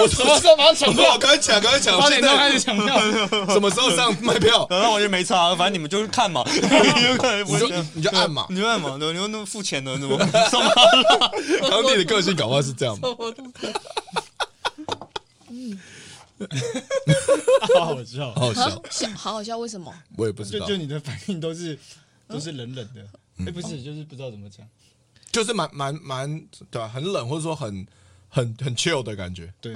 Speaker 4: 我什么？
Speaker 1: 时候把它抢
Speaker 4: 我说？赶快抢，赶快抢！
Speaker 1: 八
Speaker 4: 现
Speaker 1: 点钟
Speaker 4: 在
Speaker 1: 开始抢票，
Speaker 4: 什么时候上卖票？
Speaker 3: 然后我就没差，反正你们就是看嘛，你就看，
Speaker 4: 你
Speaker 3: 我
Speaker 4: 就
Speaker 3: 就
Speaker 4: 你就按
Speaker 3: [laughs]
Speaker 4: 嘛。
Speaker 3: 你就看嘛，你又那么付钱的，怎么？
Speaker 4: 康帝的个性搞不好是这样嘛。
Speaker 1: 好我知道。
Speaker 4: 好
Speaker 2: 好
Speaker 4: 笑，
Speaker 2: 笑，好好笑，为什么？
Speaker 4: 我也不
Speaker 1: [laughs]
Speaker 4: 知
Speaker 1: 就
Speaker 4: 道，
Speaker 1: 就你的反应都是都
Speaker 4: 嗯
Speaker 1: 是冷冷的，哎，不是，就是不知道怎么讲。
Speaker 4: 就是蛮蛮蛮对吧、很冷，或者说很很很 chill 的感觉。
Speaker 1: 对，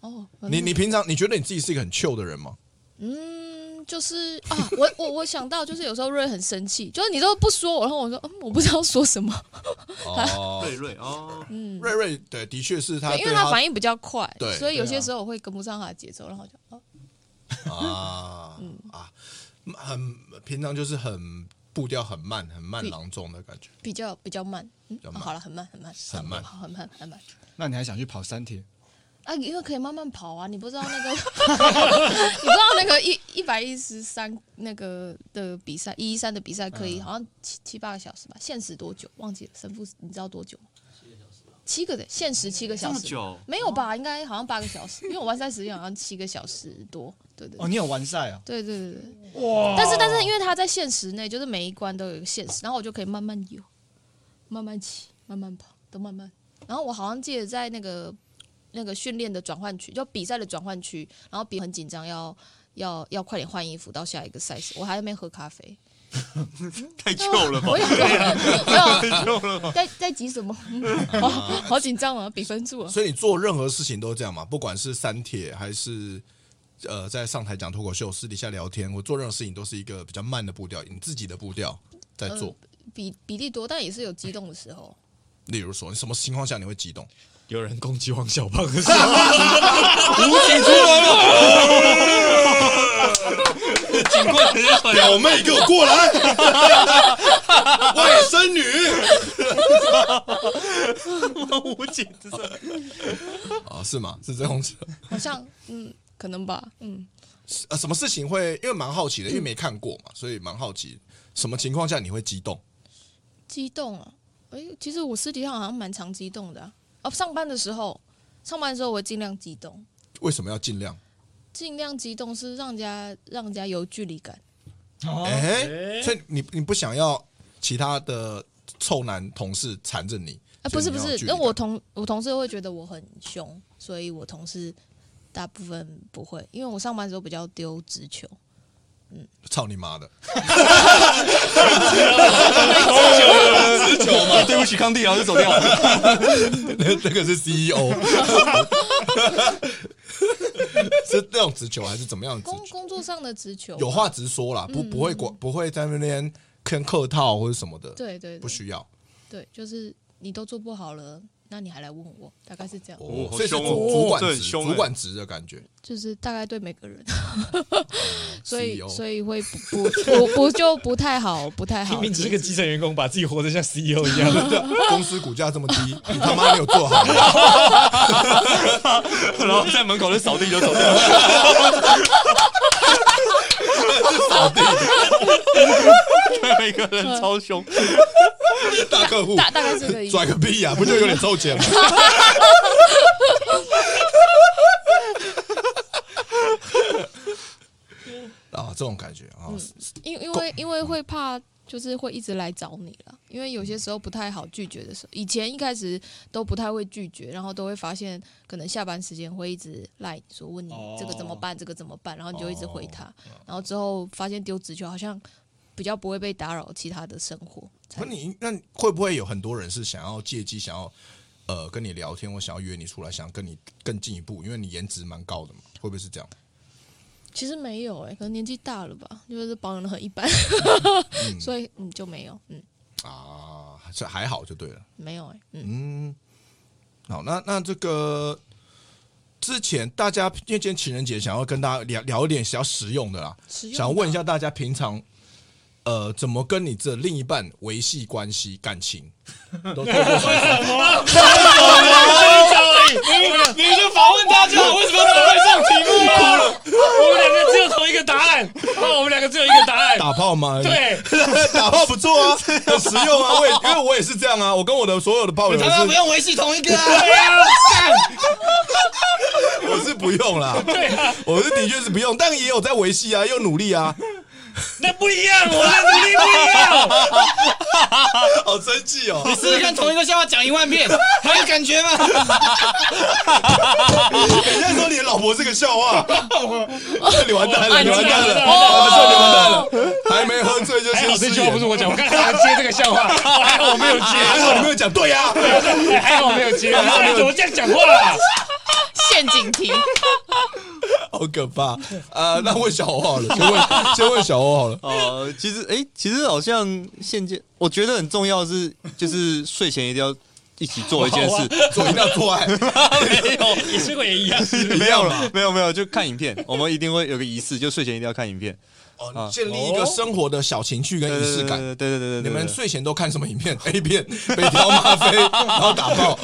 Speaker 2: 哦，
Speaker 4: 你你平常你觉得你自己是一个很 chill 的人吗？
Speaker 2: 嗯，就是啊，我我我想到，就是有时候瑞很生气， [laughs] 就是你都不说我，然后我说嗯，我不知道说什么，
Speaker 4: 哦，
Speaker 3: 瑞哦，
Speaker 2: 嗯，
Speaker 4: 瑞瑞对，的确是 [laughs] 他
Speaker 2: 对因为
Speaker 4: 对
Speaker 2: 他反应比较快
Speaker 4: 对，
Speaker 2: 所以有
Speaker 1: 对
Speaker 2: 些
Speaker 1: 啊
Speaker 2: 时候我会跟不上他的节奏，然后就哦，
Speaker 4: 啊啊，很平常就是很步调很慢，很慢郎中的感觉。
Speaker 2: 比较比较慢，嗯
Speaker 4: 较，
Speaker 2: 哦
Speaker 4: 慢
Speaker 2: 好了，很慢很慢，
Speaker 4: 很慢
Speaker 2: 好很慢很慢。
Speaker 1: 那你还想去跑三铁？
Speaker 2: 啊，因为可以慢慢跑啊，你不知道那个，你 [laughs] 不知道那个一一百一十三那个的比赛，一一三的
Speaker 3: 嗯
Speaker 2: 比赛可以、好像七七八个小时吧，限时多久忘记了，神父你知道多久吗？七个的限时七个
Speaker 3: 这
Speaker 2: 小
Speaker 3: 么
Speaker 2: 时，
Speaker 3: 久，
Speaker 2: 没有吧？应该好像八个小时，因为我玩三十一好像七个小时多，对对
Speaker 1: 哦，你有完赛啊？
Speaker 2: 对对对对对，哇！但是但是，因为它在限时内，就是每一关都有一个限时，然后我就可以慢慢游，慢慢骑，慢慢跑，都慢慢。然后我好像记得在那个那个训练的转换区，就比赛的转换区，然后比很紧张，要要要快点换衣服到下一个赛事。我还在那边喝咖啡，
Speaker 3: 太旧了吧
Speaker 2: 我？有
Speaker 3: [laughs]
Speaker 2: 没
Speaker 3: 太旧了吧？
Speaker 2: 有在在急
Speaker 3: [laughs]
Speaker 2: 什么？好好紧张啊，比分数啊。
Speaker 4: 所以你做任何事情都这样嘛，不管是删帖还是呃在上台讲脱口秀、私底下聊天，我做任何事情都是一个比较慢的步调，你自己的步调在做。
Speaker 2: 嗯比比例多，但也是有激动的时候。
Speaker 4: 例如说，你什么情况下你会激动？
Speaker 5: 有人攻击王小胖的时候，
Speaker 3: 警棍直接甩
Speaker 4: 表妹，给啊我过来！外甥女，
Speaker 3: 武警，这
Speaker 4: [laughs]
Speaker 3: 是
Speaker 4: 啊，是吗？是这样子。
Speaker 2: 好像嗯，可能吧，嗯，
Speaker 4: 呃，什么事情会？因为蛮好奇的，因为没看过嘛，所以蛮好奇，什么情况下你会激动？
Speaker 2: 激动啊！哎、其实我私底下好像蛮常激动的啊。哦，上班的时候，上班的时候我会尽量激动，
Speaker 4: 为什么要尽量？
Speaker 2: 尽量激动是让人家让人家有距离感。
Speaker 1: 哦，
Speaker 4: 哎、
Speaker 5: 哎
Speaker 4: 所以你你不想要其他的臭男同事缠着你？
Speaker 2: 啊，不
Speaker 4: 所以
Speaker 2: 是
Speaker 4: 你
Speaker 2: 不
Speaker 4: 要
Speaker 2: 是
Speaker 4: 距，离
Speaker 2: 那
Speaker 4: 感
Speaker 2: 我同我同事会觉得我很凶，所以我同事大部分不会，因为我上班的时候比较丢直球。
Speaker 4: 操你妈的！ [laughs]
Speaker 3: 啊对不起，康帝，然后就走掉了。
Speaker 4: 那那个是 E CEO，是那种直球还是怎么样的直
Speaker 2: 工
Speaker 4: 球？
Speaker 2: 工作上的直球，
Speaker 4: 有话直说啦，不
Speaker 2: 嗯
Speaker 4: 不会管，不会在那边跟客套或者什么的，
Speaker 2: 对对
Speaker 4: 不
Speaker 2: 对，
Speaker 4: 需要。
Speaker 2: 对，就是你都做不好了，那你还来问我，大概是这样，
Speaker 4: 哦
Speaker 3: 哦，
Speaker 4: 所以是
Speaker 3: 好凶哦
Speaker 4: 主主管
Speaker 3: 这很
Speaker 4: 职，
Speaker 3: 凶欸
Speaker 4: 主管职的感觉。
Speaker 2: 就是大概对每个人。所以
Speaker 4: CEO
Speaker 2: 所以会不不不不就不太好，不
Speaker 4: [laughs]
Speaker 2: 太好。
Speaker 5: 明明只是个基层员工，把自己活得像 CEO 一样，
Speaker 4: 公司股价这么低，你他妈没有做好，
Speaker 3: 然后在门口就扫地就走掉了。扫地，对，每个人超凶。
Speaker 4: 大客户
Speaker 2: 大大概这个意思
Speaker 4: 拽。个屁呀、不就有点臭钱吗？啊，这种感觉啊，
Speaker 2: 因因为因为会怕，就是会一直来找你了。因为有些时候不太好拒绝的时候，以前一开始都不太会拒绝，然后都会发现可能下班时间会一直赖你说问你
Speaker 1: 哦
Speaker 2: 这个怎么办，这个怎么办，然后你就一
Speaker 4: 哦
Speaker 2: 直回他，然后之后发现丢直球好像比较不会被打扰其他的生活。才
Speaker 4: 那你那会不会有很多人是想要借机想要呃跟你聊天，或想要约你出来，想跟你更进一步，因为你颜值蛮高的嘛，会不会是这样？
Speaker 2: 其实没有哎、可能年纪大了吧，就是保养的很一般， [laughs] 所以嗯就没有，嗯
Speaker 4: 啊，这还好就对了。
Speaker 2: 没有哎、嗯
Speaker 4: 嗯，好，那那这个之前大家因为今天情人节，想要跟大家聊聊一点比较实用的啦，
Speaker 2: 实用的啊
Speaker 4: 想问一下大家平常呃怎么跟你这另一半维系关系
Speaker 2: [laughs]
Speaker 4: 感情，都透过什么
Speaker 5: 你们就访问他就好，为什么要只会这种题目啊？我们两个只有同一个答案，哦，我们两个只有一个答案。
Speaker 4: 打炮吗？
Speaker 2: 啊
Speaker 5: 对，
Speaker 4: [laughs] 打炮不错啊，很实用啊。我也因为我也是这样啊，我跟我的所有的炮友
Speaker 1: 他
Speaker 2: [laughs]
Speaker 1: 妈不
Speaker 4: 是
Speaker 1: 用维系同一个啊！
Speaker 4: 我是不用啦，对啊，我是的确是不用，但也有在维系啊，又努力啊，
Speaker 5: 那不一样，我的努力不一样。
Speaker 4: 好生气哦。
Speaker 1: 你试试看同一个笑话讲一万遍， [laughs] 还有感觉吗？ [laughs]
Speaker 4: 人家说你的老婆是个笑 [laughs] 话，你完蛋了，你完蛋了，
Speaker 5: 哦
Speaker 4: 完蛋了，还没喝醉就
Speaker 5: 还好
Speaker 4: 先
Speaker 5: 这
Speaker 4: 失
Speaker 5: 句话不是
Speaker 4: 言。
Speaker 5: 我讲，我刚才想接这个笑话，还好我没有
Speaker 4: 啊还好你没
Speaker 5: 接，
Speaker 4: 有讲对啊呀，
Speaker 5: 还好我没有接，你怎么这样讲话啊？
Speaker 2: 陷阱题，
Speaker 4: [laughs] 好可怕啊！那问小欧好了， [laughs] 先问先问小欧好了。
Speaker 3: 呃，其实哎、其实好像现阶，我觉得很重要的是，就是睡前一定要一起做一件事。
Speaker 4: 做一定要做爱，
Speaker 5: 没有，你这个也一样。
Speaker 3: 没有了，没有没有，就看影片。我们一定会有个仪式，就睡前一定要看影片，
Speaker 4: 哦建立一个生活的小情趣跟仪式感。
Speaker 3: 呃对对对对对对对
Speaker 4: 你
Speaker 3: 对
Speaker 4: 们睡前都看什么影片？A 片、北条吗 [laughs] 啡，然后
Speaker 3: [laughs]
Speaker 4: 打炮，
Speaker 5: 啊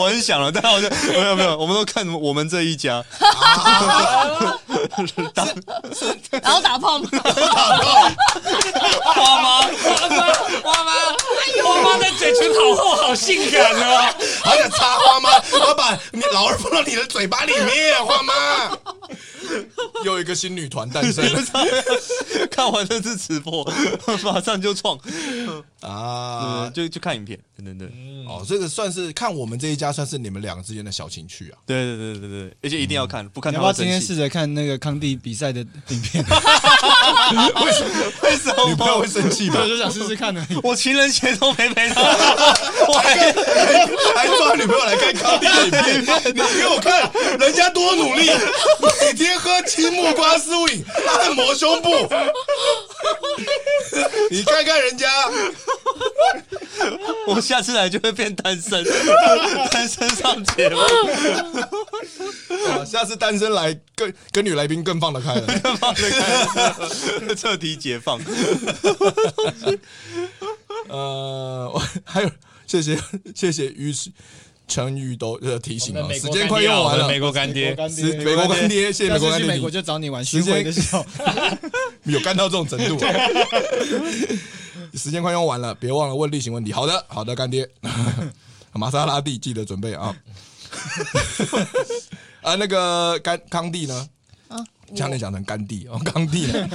Speaker 3: 我很想了，但好像没有没有，我们都看什么我们这一家，
Speaker 2: 然后打炮吗？
Speaker 5: 花妈，花妈，花妈，花妈的嘴唇好厚，好性感哦！
Speaker 4: 好想插花妈，我把你老二放到你的嘴巴里面，花妈。 [laughs] 又一个新女团诞生 [laughs] 了
Speaker 3: 看完这次直播，马上就创，
Speaker 4: 啊
Speaker 3: 啊，！就就看影片，等等等，
Speaker 4: 哦，这个算是看我们这一家，算是你们两个之间的小情趣啊。
Speaker 3: 对对对对对，而且一定要看，不看
Speaker 1: 你要
Speaker 3: 他
Speaker 1: 不要
Speaker 3: 会
Speaker 1: 今
Speaker 3: 生
Speaker 1: 天试
Speaker 3: [laughs] 气。
Speaker 1: 着看那个康帝比赛的影片？
Speaker 3: 为什
Speaker 4: 你不要
Speaker 3: 么
Speaker 4: 会？生气吧
Speaker 1: [laughs] 我？就想试试看而已。
Speaker 3: 我情人节都没陪他，我
Speaker 2: [laughs]
Speaker 3: 还
Speaker 4: 还抓女朋友来看康帝的影片， [laughs] 你给我看人家多努力，每天喝青木瓜素饮，按摩胸部， [laughs] 你看看人家，
Speaker 3: 我下次来就会变单身，单身上节目，
Speaker 4: 啊下次单身来跟跟女来宾更放得开了。 [laughs]
Speaker 3: 放得开，彻底解放。
Speaker 4: 呃，我还有谢谢谢谢于陈宇都呃提醒啊，时间快用完了
Speaker 5: 美。国干爹，
Speaker 1: 干
Speaker 4: 时美国干爹，谢谢
Speaker 1: 下次去
Speaker 4: 美国干爹
Speaker 1: 美
Speaker 4: 提
Speaker 1: 国就
Speaker 4: 醒，
Speaker 1: 找你玩
Speaker 4: 时
Speaker 1: 巡
Speaker 4: 间
Speaker 1: 回的时候，
Speaker 4: 有干到这种程度 [laughs] 啊、时间快用完了，别忘了问例行问题。好的，好的，干爹， [laughs] 玛莎拉蒂记得准备啊。 [laughs] 啊，那个干康帝呢？
Speaker 2: 啊，我
Speaker 4: 差点讲成干弟哦，康帝呢？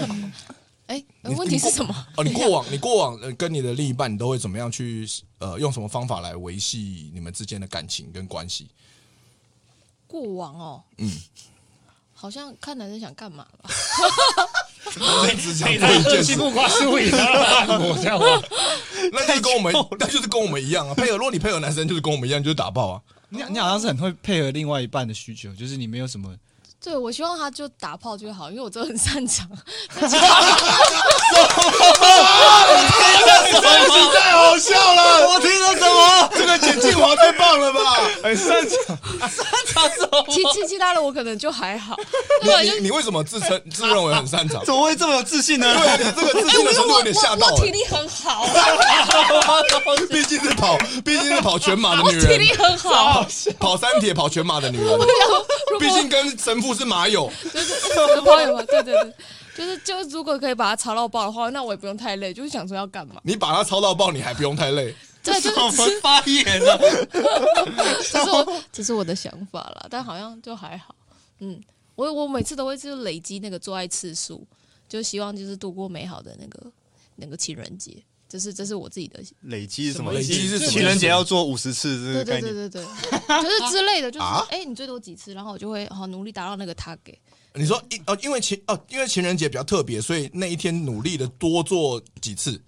Speaker 2: 哎，
Speaker 4: 你
Speaker 2: 问题是什么？
Speaker 4: 哦，你过往你过往呃跟你的另一半，你都会怎么样去呃用什么方法来维系你们之间的感情跟关系？
Speaker 2: 过往哦，
Speaker 4: 嗯
Speaker 2: 好像看男生想干嘛吧。
Speaker 4: 只讲
Speaker 5: 给
Speaker 4: 过
Speaker 5: 他
Speaker 4: 一
Speaker 5: 喝
Speaker 4: 件
Speaker 5: 西
Speaker 4: 事，
Speaker 5: 木瓜素饮，然后按摩这样吗？
Speaker 4: 那就是跟我们，那就是跟我们一样啊。配合，如果你配合男生，就是跟我们一样，就是打爆啊。
Speaker 1: 你你好像是很会配合另外一半的需求，就是你没有什么
Speaker 2: 对，我希望他就打炮就好，因为我真的很擅
Speaker 4: [laughs]
Speaker 2: 长。
Speaker 4: 太好笑了！
Speaker 3: 我听到什么？
Speaker 4: 这个简静华太棒了吧！
Speaker 1: [laughs] 很擅长。
Speaker 3: 他什么？
Speaker 2: 其其其他的我可能就还好，
Speaker 4: [laughs] 你
Speaker 2: 对吧？就呃
Speaker 4: 你你为什么自称自认为很擅长？
Speaker 3: 怎么会这么有自信呢？
Speaker 4: [laughs] 对啊你这个自
Speaker 2: 哎，
Speaker 4: 信
Speaker 2: 我
Speaker 4: 的程
Speaker 2: 我
Speaker 4: 度有点吓到
Speaker 2: 我我体
Speaker 4: 欸，
Speaker 2: 力很好，
Speaker 4: [laughs] 毕竟是跑，毕竟是跑全马的
Speaker 2: 我
Speaker 4: 女
Speaker 2: 体
Speaker 4: 人
Speaker 2: 力，很好。
Speaker 4: 跑三铁跑全马的女人，
Speaker 2: 如
Speaker 4: 毕
Speaker 2: 果
Speaker 4: 竟跟神父是马友。
Speaker 2: 有朋友嘛，对对对，就是就是，如果可以把它吵到爆的话，那我也不用太累，就是想说要干嘛。
Speaker 4: 你把他操到爆，你还不用太累。
Speaker 2: [laughs] 对，就
Speaker 3: 怎
Speaker 2: 是
Speaker 3: 么发言呢？
Speaker 2: 这是我这是我的想法啦，但好像就还好。嗯，我我每次都会就累积那个做爱次数，就希望就是度过美好的那个那个情人节。这是这是我自己的，
Speaker 3: 累积是什么？
Speaker 4: 累积是什么
Speaker 3: 情人节要做五十次这
Speaker 2: 对
Speaker 3: 个概
Speaker 2: 对对
Speaker 3: 念。
Speaker 2: 对对，
Speaker 4: [laughs]
Speaker 2: 就是之类的，就是
Speaker 4: 啊
Speaker 2: 哎、你最多几次，然后我就会好努力达到那个 target。
Speaker 4: 你说一哦，因为情哦，因为情人节比较特别，所以那一天努力的多做几次。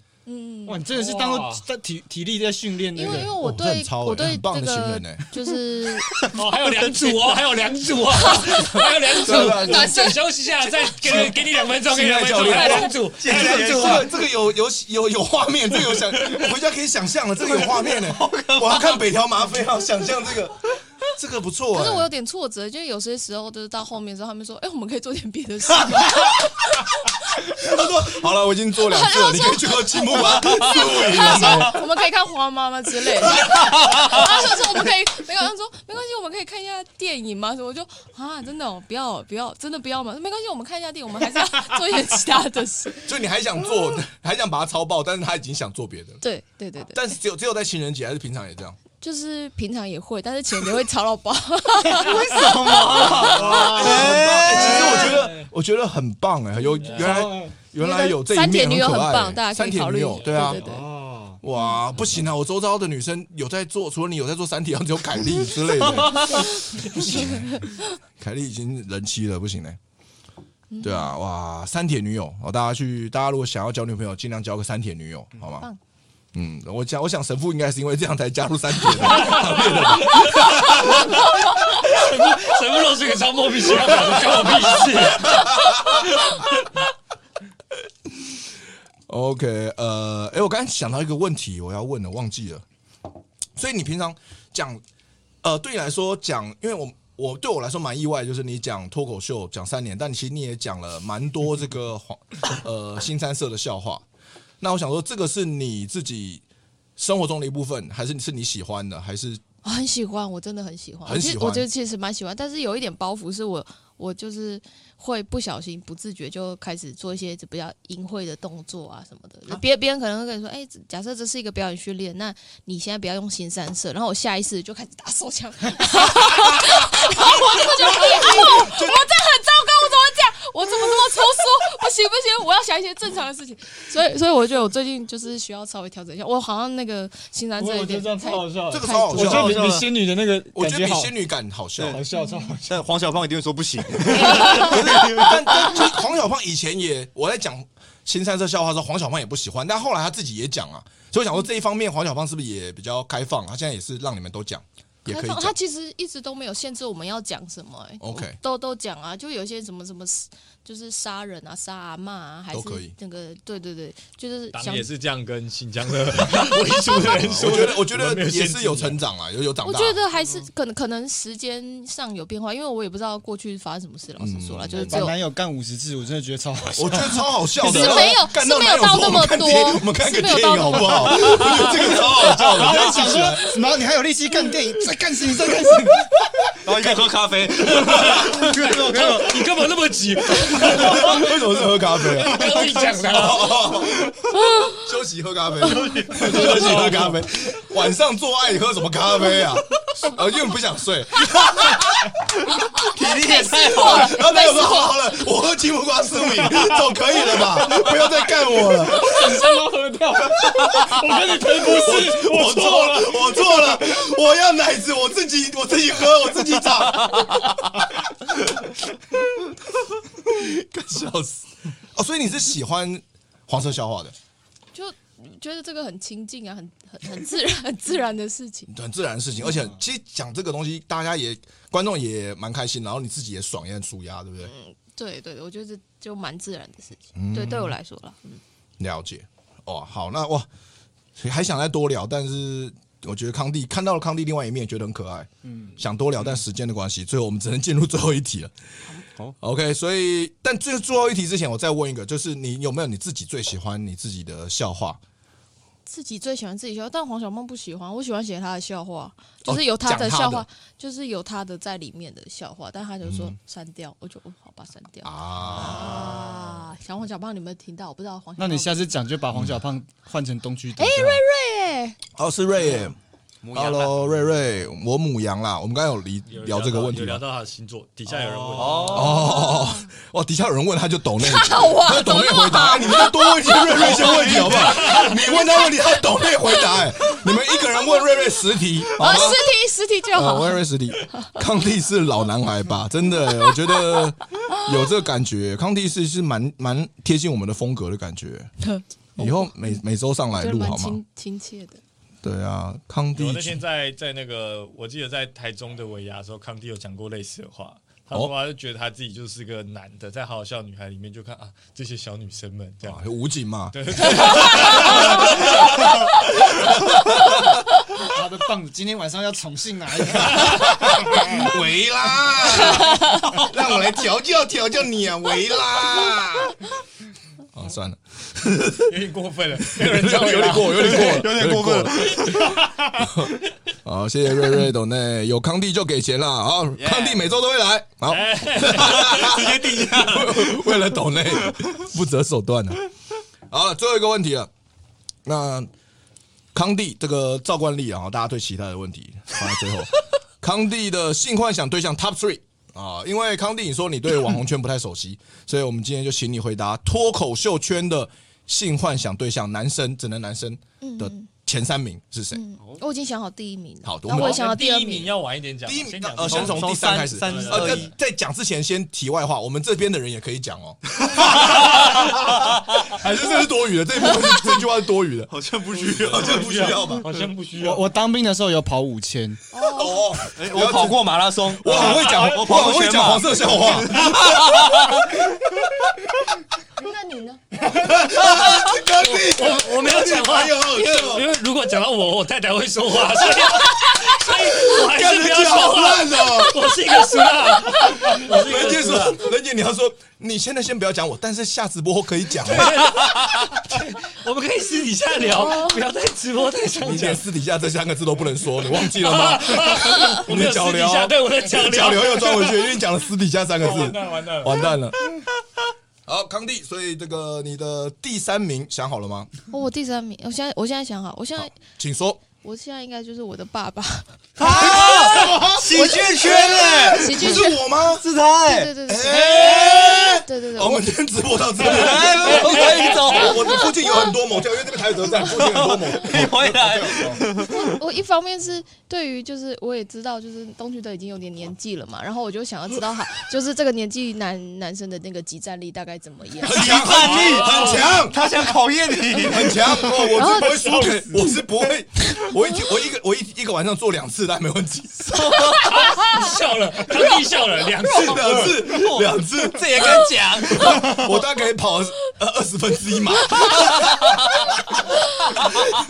Speaker 1: 哇，你真的是当做
Speaker 5: 哇
Speaker 1: 在体体力在训练那
Speaker 2: 嗯因
Speaker 1: 个
Speaker 2: 为因为我
Speaker 4: 哦这
Speaker 2: 对
Speaker 4: 很超
Speaker 2: 我
Speaker 4: 欸
Speaker 2: 对
Speaker 4: 很棒
Speaker 2: 这
Speaker 4: 的情
Speaker 2: 个
Speaker 4: 人欸 [laughs]
Speaker 2: 就是
Speaker 5: 哦，还有两组哦，还有两组哦，还有两
Speaker 4: 对啊
Speaker 5: 组，
Speaker 2: 男生
Speaker 5: 请休息一下，再给你给你两分钟，给你两分
Speaker 4: 教
Speaker 5: 钟，
Speaker 4: 练
Speaker 5: 还有两组，
Speaker 4: 这
Speaker 5: 还有
Speaker 4: 个
Speaker 5: 两
Speaker 4: 这
Speaker 5: 组啊
Speaker 4: 个！这个有有有有画面，这个有想，我回家可以想象了，这个有画面呢。我要看北条麻飞，要想象这个，这个不错
Speaker 2: 可是我有
Speaker 4: 哎。
Speaker 2: 点挫折，就有些时候就是到后面的时候，他们说：“哎、我们可以做点别的事。
Speaker 4: 他说好了，我已经做两次了，你可以去喝青木瓜素饮
Speaker 2: 他
Speaker 4: 了。
Speaker 2: 说：“我们可以看《花妈妈》之类的。”他说：“说我们可以没有。”他说：“没关系，我们可以看一下电影嘛。”什么我就啊，真的、哦、不要不要，真的不要嘛？没关系，我们看一下电影，我们还是要做一些其他的事。
Speaker 4: [laughs] 就你还想做，还想把它超爆，但是他已经想做别的了。
Speaker 2: 对对对对，
Speaker 4: 但是只有只有在情人节还是平常也这样，
Speaker 2: 就是平常也会，但是情人节会吵
Speaker 4: [laughs]
Speaker 2: 到爆。
Speaker 4: 哎，其实我觉得我觉得很棒哎，有原来原来有这一
Speaker 2: 三铁
Speaker 4: 面
Speaker 2: 女友
Speaker 4: 很
Speaker 2: 很
Speaker 4: 可爱欸
Speaker 2: 棒，大家可
Speaker 4: 三
Speaker 2: 以
Speaker 4: 铁
Speaker 2: 考
Speaker 4: 女
Speaker 2: 虑
Speaker 4: 友。对啊
Speaker 2: 对，对对
Speaker 1: 哦，
Speaker 4: 哇，不行啊！我周遭的女生有在做，除了你有在做三体，然后只有凯莉之类的，不行、凯莉已经人妻了，不行嘞、对啊，哇，三铁女友哦，大家去，大家如果想要交女朋友，尽量交个三铁女友，好吗
Speaker 2: 棒？
Speaker 4: 嗯，我想，我想神父应该是因为这样才加入三铁的。
Speaker 5: 神父都是个超莫名其妙的，关我屁事。
Speaker 4: OK，呃，哎，我刚才想到一个问题，我要问了，忘记了。所以你平常讲，呃，对你来说讲，因为我我对我来说蛮意外，就是你讲脱口秀讲三年，但其实你也讲了蛮多这个黄呃新三社的笑话。那我想说，这个是你自己生活中的一部分，还是是你喜欢的，还是
Speaker 2: 啊我很喜欢，我真的很喜欢，
Speaker 4: 很喜
Speaker 2: 我其实
Speaker 4: 欢
Speaker 2: 我觉得其实蛮喜欢，但是有一点包袱是我我就是会不小心、不自觉就开始做一些比较淫秽的动作啊什么的。别、别人可能会跟你说：“哎、假设这是一个表演训练，那你现在不要用新三色。”然后我下意识就开始打手枪， [laughs] 然后我这个就哎呀，我我这很糟糕，我怎么会这样？我怎么这么粗俗？不行不行，我要想一些正常的事情。所以所以我觉得我最近就是需要稍微调整一下，我好像那个新三色有
Speaker 1: 我觉得
Speaker 2: 点
Speaker 1: 这样
Speaker 2: 太
Speaker 1: 超好笑的，
Speaker 4: 这个超好
Speaker 1: 我觉
Speaker 4: 笑
Speaker 1: 得
Speaker 4: 的，
Speaker 1: 比比仙女的那个
Speaker 4: 我
Speaker 1: 感
Speaker 4: 觉得
Speaker 1: 觉
Speaker 4: 比
Speaker 1: 好
Speaker 4: 仙女感好笑。啊
Speaker 1: 好笑，超好笑。
Speaker 3: 但黄小胖一定会说
Speaker 2: [laughs]
Speaker 3: 不行。
Speaker 4: 但但就是黄小胖以前也我在讲新三色笑话的时候，黄小胖也不喜欢，但后来他自己也讲啊，所以我想说这一方面黄小胖是不是也比较开放？啊他现在也是让你们都讲，也可以
Speaker 2: 他
Speaker 4: 讲。
Speaker 2: 其实一直都没有限制我们要讲什么、哎
Speaker 4: OK
Speaker 2: 都都讲啊，就有一些什么什么，就是杀人啊、杀阿骂啊，还是
Speaker 4: 都可以
Speaker 2: 那个，对对对，就是
Speaker 5: 党
Speaker 2: 想
Speaker 5: 也。是这样跟新疆
Speaker 4: [laughs]
Speaker 5: 的维族的人说
Speaker 4: 我
Speaker 5: 的。
Speaker 4: 觉得我觉
Speaker 5: 我
Speaker 4: 得
Speaker 5: 们没有
Speaker 4: 也
Speaker 5: 限制
Speaker 4: 是有成长啊，有有长
Speaker 2: 我
Speaker 4: 大。
Speaker 2: 觉得还是可能可能时间上有变化，因为我也不知道过去发生什么事。老实
Speaker 4: 嗯
Speaker 2: 说了，就是只
Speaker 1: 把
Speaker 2: 有
Speaker 1: 男友干五十次，我真的觉得超好笑
Speaker 4: 我。觉得超好笑的，
Speaker 2: 是没有
Speaker 4: 干
Speaker 2: 是没有
Speaker 4: 哪
Speaker 2: 到
Speaker 4: 说
Speaker 2: 那么
Speaker 4: 我们看
Speaker 2: 多
Speaker 4: 电影我们看个
Speaker 2: 是没有
Speaker 4: 电
Speaker 2: 到
Speaker 4: 影
Speaker 2: 那
Speaker 4: 好
Speaker 2: 么
Speaker 4: 不好？我觉得这个超好笑
Speaker 1: [laughs]
Speaker 4: 的，
Speaker 1: 然后我
Speaker 4: 大家
Speaker 1: 想说
Speaker 4: 记起来，
Speaker 1: 然后你还有力气干电影，再干事情，再干事 [laughs] 情。
Speaker 3: [laughs] 然后一边喝咖啡， [laughs]
Speaker 5: 你干嘛那么急？
Speaker 4: 为什么是喝咖啡啊？
Speaker 5: 跟你讲
Speaker 4: [laughs]
Speaker 5: 的，
Speaker 4: 休息喝咖啡， [laughs] 休息喝咖啡，晚上做爱你喝什么咖啡啊？呃，因为不想睡。
Speaker 3: 体力也太好。
Speaker 4: [laughs]
Speaker 2: 过了，
Speaker 4: 然后男友说：“好了，我喝金木瓜四物饮总可以了吧？不要再干我了，
Speaker 5: 整箱都喝掉。我跟你赔不是，
Speaker 4: 我
Speaker 5: 我
Speaker 4: 错
Speaker 5: 错
Speaker 4: 了
Speaker 5: 了。，
Speaker 4: 我错了，我要奶子，我自己我自己喝，我自己长。”笑死！哦，所以你是喜欢黄色笑话的，
Speaker 2: 就觉得这个很亲近啊，很很很自然、很自然的事情。
Speaker 4: 很自然的事情，而且其实讲这个东西，大家也观众也蛮开心，然后你自己也爽，也很舒压，对不对？
Speaker 2: 对对，对我觉得这就蛮自然的事情。对，对我来说了，
Speaker 4: 了解。哦，好，那哇，还想再多聊，但是我觉得康帝看到了康帝另外一面，觉得很可爱。嗯，想多聊，但时间的关系，最后我们只能进入最后一题了。
Speaker 3: 好
Speaker 4: OK，所以但最最后一题之前，我再问一个，就是你有没有你自己最喜欢你自己的笑话？
Speaker 2: 自己最喜欢自己笑话，但黄小梦不喜欢，我喜欢写他的笑话，就
Speaker 4: 哦
Speaker 2: 是有他
Speaker 4: 讲他
Speaker 2: 笑话，
Speaker 4: 的
Speaker 2: 就是有他的在里面的笑话，但他就说删掉，我就哦好吧，删掉
Speaker 4: 啊，
Speaker 2: 啊。小黄小胖，你们听到？我不知道黄小
Speaker 1: 那
Speaker 2: 胖。
Speaker 1: 你下次讲就把黄小胖换成东区。
Speaker 2: 哎，瑞瑞耶，
Speaker 4: 哦，是瑞耶
Speaker 3: 母羊啊
Speaker 4: ，Hello，瑞瑞，我母羊啦。我们刚刚有离聊这个问题
Speaker 5: 有
Speaker 4: 吗
Speaker 5: 聊到他的星座，底下有人问
Speaker 3: 哦
Speaker 4: 哦哦哦，哇！底下有人问，他就抖
Speaker 2: [laughs]
Speaker 4: 内，
Speaker 2: 哇
Speaker 4: 他抖内回答。 [laughs] 哎你们就多问一些瑞瑞一些问题
Speaker 2: [laughs]
Speaker 4: 好不好？你问他问题，他抖内回答。哎，你们一个人问瑞瑞十题，好
Speaker 2: 啊，
Speaker 4: 吗？
Speaker 2: 实体实体就
Speaker 4: 呃，
Speaker 2: 好
Speaker 4: 我。瑞十题，康帝是老男孩吧？真的，我觉得有这个感觉。康帝是是蛮蛮贴近我们的风格的感觉。以后每每周上来
Speaker 2: 觉得
Speaker 4: 录
Speaker 2: 蛮
Speaker 4: 好吗
Speaker 2: 亲？亲切哦的，
Speaker 4: 对啊，康帝
Speaker 5: 我那天在在那个，我记得在台中的尾牙的时候，康帝有讲过类似的话。他说
Speaker 4: 哦
Speaker 5: 他就觉得他自己就是个男的，在好好笑女孩里面就看啊这些小女生们这
Speaker 4: 啊
Speaker 5: 样。
Speaker 4: 武警嘛，
Speaker 5: 对，对
Speaker 1: 他的棒子今天晚上要宠幸哪一个？
Speaker 4: 维拉，让我来调教调教你啊，维拉。哦，算了，
Speaker 5: 有点过分了，没有人叫我
Speaker 4: 有点过， [laughs] 有点过，
Speaker 3: 有点过分
Speaker 4: 了。好，谢谢瑞瑞董
Speaker 3: [laughs]
Speaker 4: 内，有康帝就给钱了。好，康帝每周都会来。好，
Speaker 3: 直接定下。
Speaker 4: [laughs] 为了董内不择手段呢、啊。好了，最后一个问题了。那康帝这个赵冠例啊，大家对其他的问题放在最
Speaker 3: [laughs]
Speaker 4: 后。康帝的性幻想对象 Top Three 啊，因为康帝你说你对网红圈不太熟
Speaker 3: [laughs]
Speaker 4: 悉，所以我们今天就请你回答脱口秀圈的性幻想对象，男生只能男生的
Speaker 3: 嗯
Speaker 4: 前三名是谁？
Speaker 2: 我已经想好第一名了。
Speaker 4: 好我
Speaker 2: 那
Speaker 4: 们
Speaker 2: 我也想好第二
Speaker 5: 一名，要晚一点讲，
Speaker 4: 第一
Speaker 5: 先
Speaker 4: 名
Speaker 5: 讲哦
Speaker 4: 呃，先从
Speaker 3: 从
Speaker 4: 第三
Speaker 3: 三
Speaker 4: 开始。
Speaker 3: 三
Speaker 4: 呃
Speaker 3: 二，
Speaker 4: 在
Speaker 3: 一
Speaker 4: 在讲之前，先题外话，我们这边的人也可以讲
Speaker 5: [laughs]
Speaker 4: 哦。还是这是多余的，这一部分是这句话是多余的，
Speaker 3: [laughs] 好像不需要
Speaker 4: 好。像不需要 [laughs] 吧？
Speaker 5: 好哦像不需
Speaker 1: [laughs] 我
Speaker 5: 要。
Speaker 1: 我当兵的时候有跑五千，
Speaker 4: 哦，
Speaker 3: 哎我跑过马拉松，
Speaker 4: 我很会讲，我
Speaker 3: 我跑
Speaker 4: 很
Speaker 3: 过
Speaker 4: 会
Speaker 3: 全
Speaker 4: 讲
Speaker 3: 马
Speaker 4: 黄。色笑
Speaker 3: [laughs]
Speaker 4: 话。
Speaker 2: 那你呢？
Speaker 4: 刚弟，
Speaker 5: 我我没有 [laughs] 讲话，
Speaker 4: 哎呦，好
Speaker 5: 因
Speaker 4: [laughs]
Speaker 5: 为
Speaker 4: 笑
Speaker 5: 因为如果讲到我，我太太会
Speaker 4: [laughs]
Speaker 5: 说话，所以所以我还是不要
Speaker 4: 人家
Speaker 5: 说
Speaker 4: 好
Speaker 5: 话。 [laughs]
Speaker 4: 烂哦。 [laughs]
Speaker 5: 我是一个俗辣，我是一啊
Speaker 4: 人
Speaker 5: 个
Speaker 4: 家
Speaker 5: 俗辣。
Speaker 4: 说，人且你要说，你现在先不要讲我，但是下直播后可以讲哦。
Speaker 5: 我们可以私底下
Speaker 2: 哦
Speaker 5: 聊，不要在直播台上
Speaker 4: 你
Speaker 5: 讲
Speaker 4: 连。私底下这三个字都不能说，你忘记了
Speaker 5: [laughs]
Speaker 4: 吗？
Speaker 5: 我没有私
Speaker 4: 啊
Speaker 5: 底下，对我
Speaker 4: [laughs]
Speaker 5: 在脚
Speaker 4: 小
Speaker 5: 流
Speaker 4: 刘又转回去，因为你讲了私底下三个字，
Speaker 5: 完蛋完蛋了，
Speaker 4: 完蛋了。好，康帝，所以这个你的第三名想好了吗？
Speaker 2: 哦，我第三名，我现在我现在想好，我现在
Speaker 4: 请说。
Speaker 2: 我现在应该就是我的爸爸，
Speaker 4: 啊
Speaker 3: 喜剧圈哎，
Speaker 2: 喜剧
Speaker 4: 是
Speaker 2: 圈，
Speaker 4: 我吗？
Speaker 3: 是他哎，
Speaker 2: 对对对对
Speaker 4: 哎，
Speaker 2: 对对对，
Speaker 4: 好我
Speaker 2: 我
Speaker 4: 们今天直播到这
Speaker 3: [laughs]
Speaker 4: 里。
Speaker 3: 哎，不可以走，
Speaker 4: 我我附近有很多某家，因为这个台北车站附近很多某。
Speaker 3: 你回来。
Speaker 2: 我一方面是对于就是我也知道就是东区德已经有点年纪了嘛，然后我就想要知道好就是这个年纪男男生的那个集战力大概怎么
Speaker 4: [laughs]
Speaker 2: 样。
Speaker 4: [laughs] 很强，很强，
Speaker 3: 他想考验你，
Speaker 4: 很强。哦，
Speaker 2: 然
Speaker 4: 我是
Speaker 2: 后
Speaker 4: 不会输给，我是不会，我一天我一个我一一个晚上做两次，但没问
Speaker 3: [laughs]
Speaker 4: 题，
Speaker 5: 笑了，他弟笑了两次，
Speaker 4: 两次两次，
Speaker 3: 哦这也敢讲？
Speaker 4: [laughs] 我大概可以跑呃二十分之一码，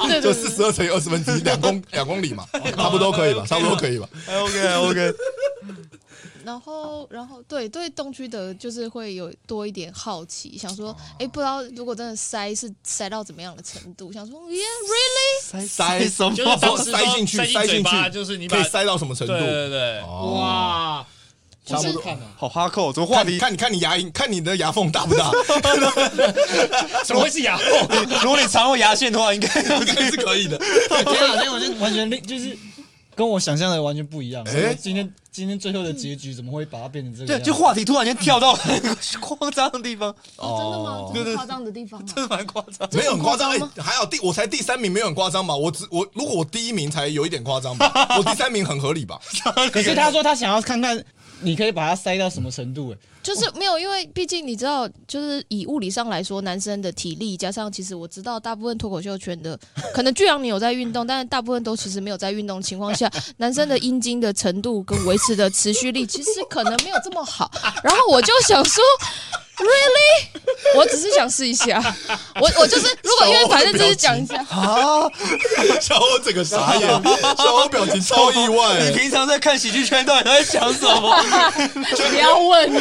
Speaker 2: 对对
Speaker 4: 就四
Speaker 2: 对
Speaker 4: 十二乘以二十分之一，两
Speaker 3: [laughs]
Speaker 4: 公两公里嘛，差不多可以吧，差不多可以吧。
Speaker 3: OK OK，
Speaker 2: 然后然后对对东区德就是会有多一点好奇，想
Speaker 4: 哦
Speaker 2: 说哎不知道如果真的塞是塞到怎么样的程度，想说 yeah
Speaker 4: 塞什么
Speaker 5: 就是当时说
Speaker 4: 塞进去，
Speaker 5: 塞
Speaker 4: 进
Speaker 5: 进嘴巴
Speaker 4: 去，
Speaker 5: 就是你把
Speaker 4: 可以塞到什么程度
Speaker 5: 对？对对，
Speaker 4: 哦，
Speaker 1: 哇，
Speaker 4: 差不多。
Speaker 2: 啊
Speaker 3: 好哈扣，怎么话
Speaker 4: 看你
Speaker 3: 题？
Speaker 4: 看你看你牙龈，看你的牙缝大不
Speaker 3: [laughs]
Speaker 4: 大？ [laughs]
Speaker 5: 怎么会是牙缝？
Speaker 3: 如果你藏过牙线的话，应该
Speaker 4: 应该是可以的。 [laughs]
Speaker 1: 天啊，天啊我就完全另就是跟我想象的完全不一样。
Speaker 4: 哎
Speaker 1: 今天今天最后的结局怎么会把它变成这个
Speaker 3: 对，啊
Speaker 1: 样子？
Speaker 3: 就话题突然间跳到很夸张的地方，
Speaker 2: 哦真的吗？
Speaker 3: 对
Speaker 2: 这
Speaker 3: 对
Speaker 2: 是夸张的地方
Speaker 3: 真
Speaker 2: 啊，
Speaker 3: 的蛮夸张。
Speaker 4: 没有很夸张，
Speaker 2: 这很夸张吗
Speaker 4: 哎还好第我才第三名，没有很夸张吧？我只我如果我第一名才有一点夸张 [laughs] 吧，我第三名很合理 [laughs] 吧？
Speaker 1: 可是他说他想要看看你可以把它塞到什么程度、哎，
Speaker 2: 就是没有，因为毕竟你知道，就是以物理上来说，男生的体力加上，其实我知道大部分脱口秀圈的，可能巨阳你有在运动，但是大部分都其实没有在运动的情况下，男生的阴茎的程度跟维持的持续力，其实可能没有这么好。然后我就想说，really，我只是想试一下，我我就是如果因为反正只是讲一下，
Speaker 4: 小欧整个傻眼， [laughs] 小欧表情超意外、 [laughs]
Speaker 3: 你平常在看喜剧圈到底都在想什么？
Speaker 2: 不要问，你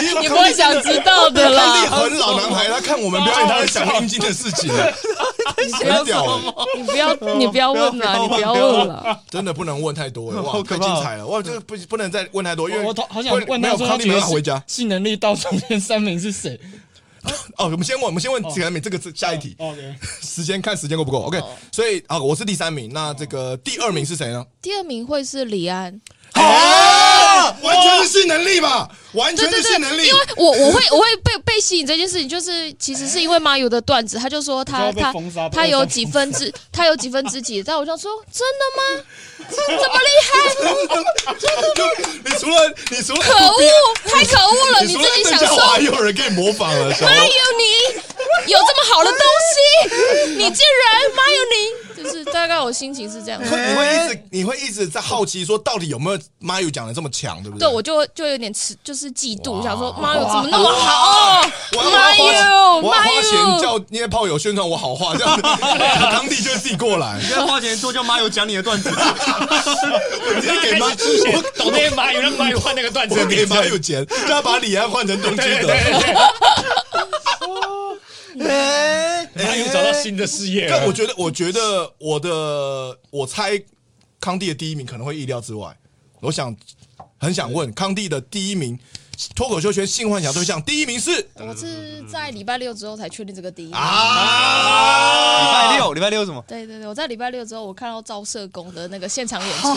Speaker 4: 其实
Speaker 2: 不会你不会想知道的
Speaker 4: 看你
Speaker 2: 啦，
Speaker 4: 很老男孩，他看我们表演，他在想阴茎的事 [laughs] 情，很屌、欸，
Speaker 2: 你不要你不要问啦，你不要问啦。
Speaker 4: 真的不能问太
Speaker 3: [laughs]
Speaker 4: 多、欸，哇，
Speaker 3: 好
Speaker 4: 太
Speaker 3: 可怕
Speaker 4: 精彩了，哇，这个不不能再问太多，因为
Speaker 1: 我我好想问
Speaker 4: 没
Speaker 1: 他
Speaker 4: 有
Speaker 1: 说他
Speaker 4: 康定
Speaker 1: 觉
Speaker 4: 没有
Speaker 1: 得
Speaker 4: 办法回家
Speaker 1: 性能力到中间三名是
Speaker 4: [laughs]
Speaker 1: 谁
Speaker 4: 哦。我们先问，我们先问几个名，这个是下一题，
Speaker 1: ？OK，
Speaker 4: 时间看时间够不够，OK。所以啊，我是第三名，那这个第二名是谁呢？
Speaker 2: 第二名会是李安，
Speaker 4: 啊，完全是性能力
Speaker 2: 哦
Speaker 4: 吧，完全
Speaker 2: 对
Speaker 4: 是
Speaker 2: 对
Speaker 4: 性能
Speaker 2: 对，
Speaker 4: 力
Speaker 2: 因为。我我会 [laughs] 我会被被吸引这件事情，就是其实是因为马友的段子，他就说他
Speaker 1: 你知道被
Speaker 2: 他
Speaker 1: 封杀被
Speaker 2: 他有
Speaker 1: 封杀
Speaker 2: 几分之 [laughs] 他有几分之几，但我想说真的吗？
Speaker 4: [laughs]
Speaker 2: 这这么厉害，
Speaker 4: [laughs] 你除了你除了
Speaker 2: 可恶，太可恶了！
Speaker 4: 你
Speaker 2: 你
Speaker 4: 除
Speaker 2: 自
Speaker 4: 了
Speaker 2: 己享
Speaker 4: 邓家
Speaker 2: 受，哎
Speaker 4: 华，又有人可以模仿了，小
Speaker 2: 马友
Speaker 4: 欧
Speaker 2: 你有这么好的东西， [laughs] 你竟然马友你，就是大概我心情是这
Speaker 4: [laughs]
Speaker 2: 样。
Speaker 4: 你会一直你会一直在好奇说，到底有没有 Mayu 讲的这么强，对不
Speaker 2: 对，
Speaker 4: 对？
Speaker 2: 我就就有点吃，就是嫉妒，
Speaker 4: 哇
Speaker 2: 想说妈友怎么那么好
Speaker 4: 我要花钱
Speaker 2: ，Mayu，
Speaker 4: 我要花钱
Speaker 2: Mayu
Speaker 4: 叫捏炮友宣传我好话，这样子，当地就会自己过
Speaker 2: [laughs]
Speaker 4: 来，
Speaker 3: [laughs] 你要花钱多叫妈友讲你的 [laughs] 段子，
Speaker 4: 直接给妈，我
Speaker 5: 抖那些蚂蚁，让蚂蚁换那个段子的
Speaker 4: 我给
Speaker 5: 名字。
Speaker 4: 妈有钱，叫他把李安换成东区
Speaker 5: 对对
Speaker 4: 德。
Speaker 5: 对，
Speaker 4: 哎
Speaker 5: 蚂蚁找到新的
Speaker 4: [laughs]
Speaker 5: 事业
Speaker 4: 但
Speaker 5: 了
Speaker 4: 我。觉得，我觉得我的，我猜康帝的第一名可能会意料之外。我想很想问康帝的第一名脱口秀圈性幻想对象第一名是
Speaker 2: 我是在礼拜六之后才确定这个第一名。
Speaker 4: 啊，
Speaker 3: 礼拜六，礼拜六什么？
Speaker 2: 对对对，我在礼拜六之后，我看到赵社工的那个现场演
Speaker 1: [laughs] 哦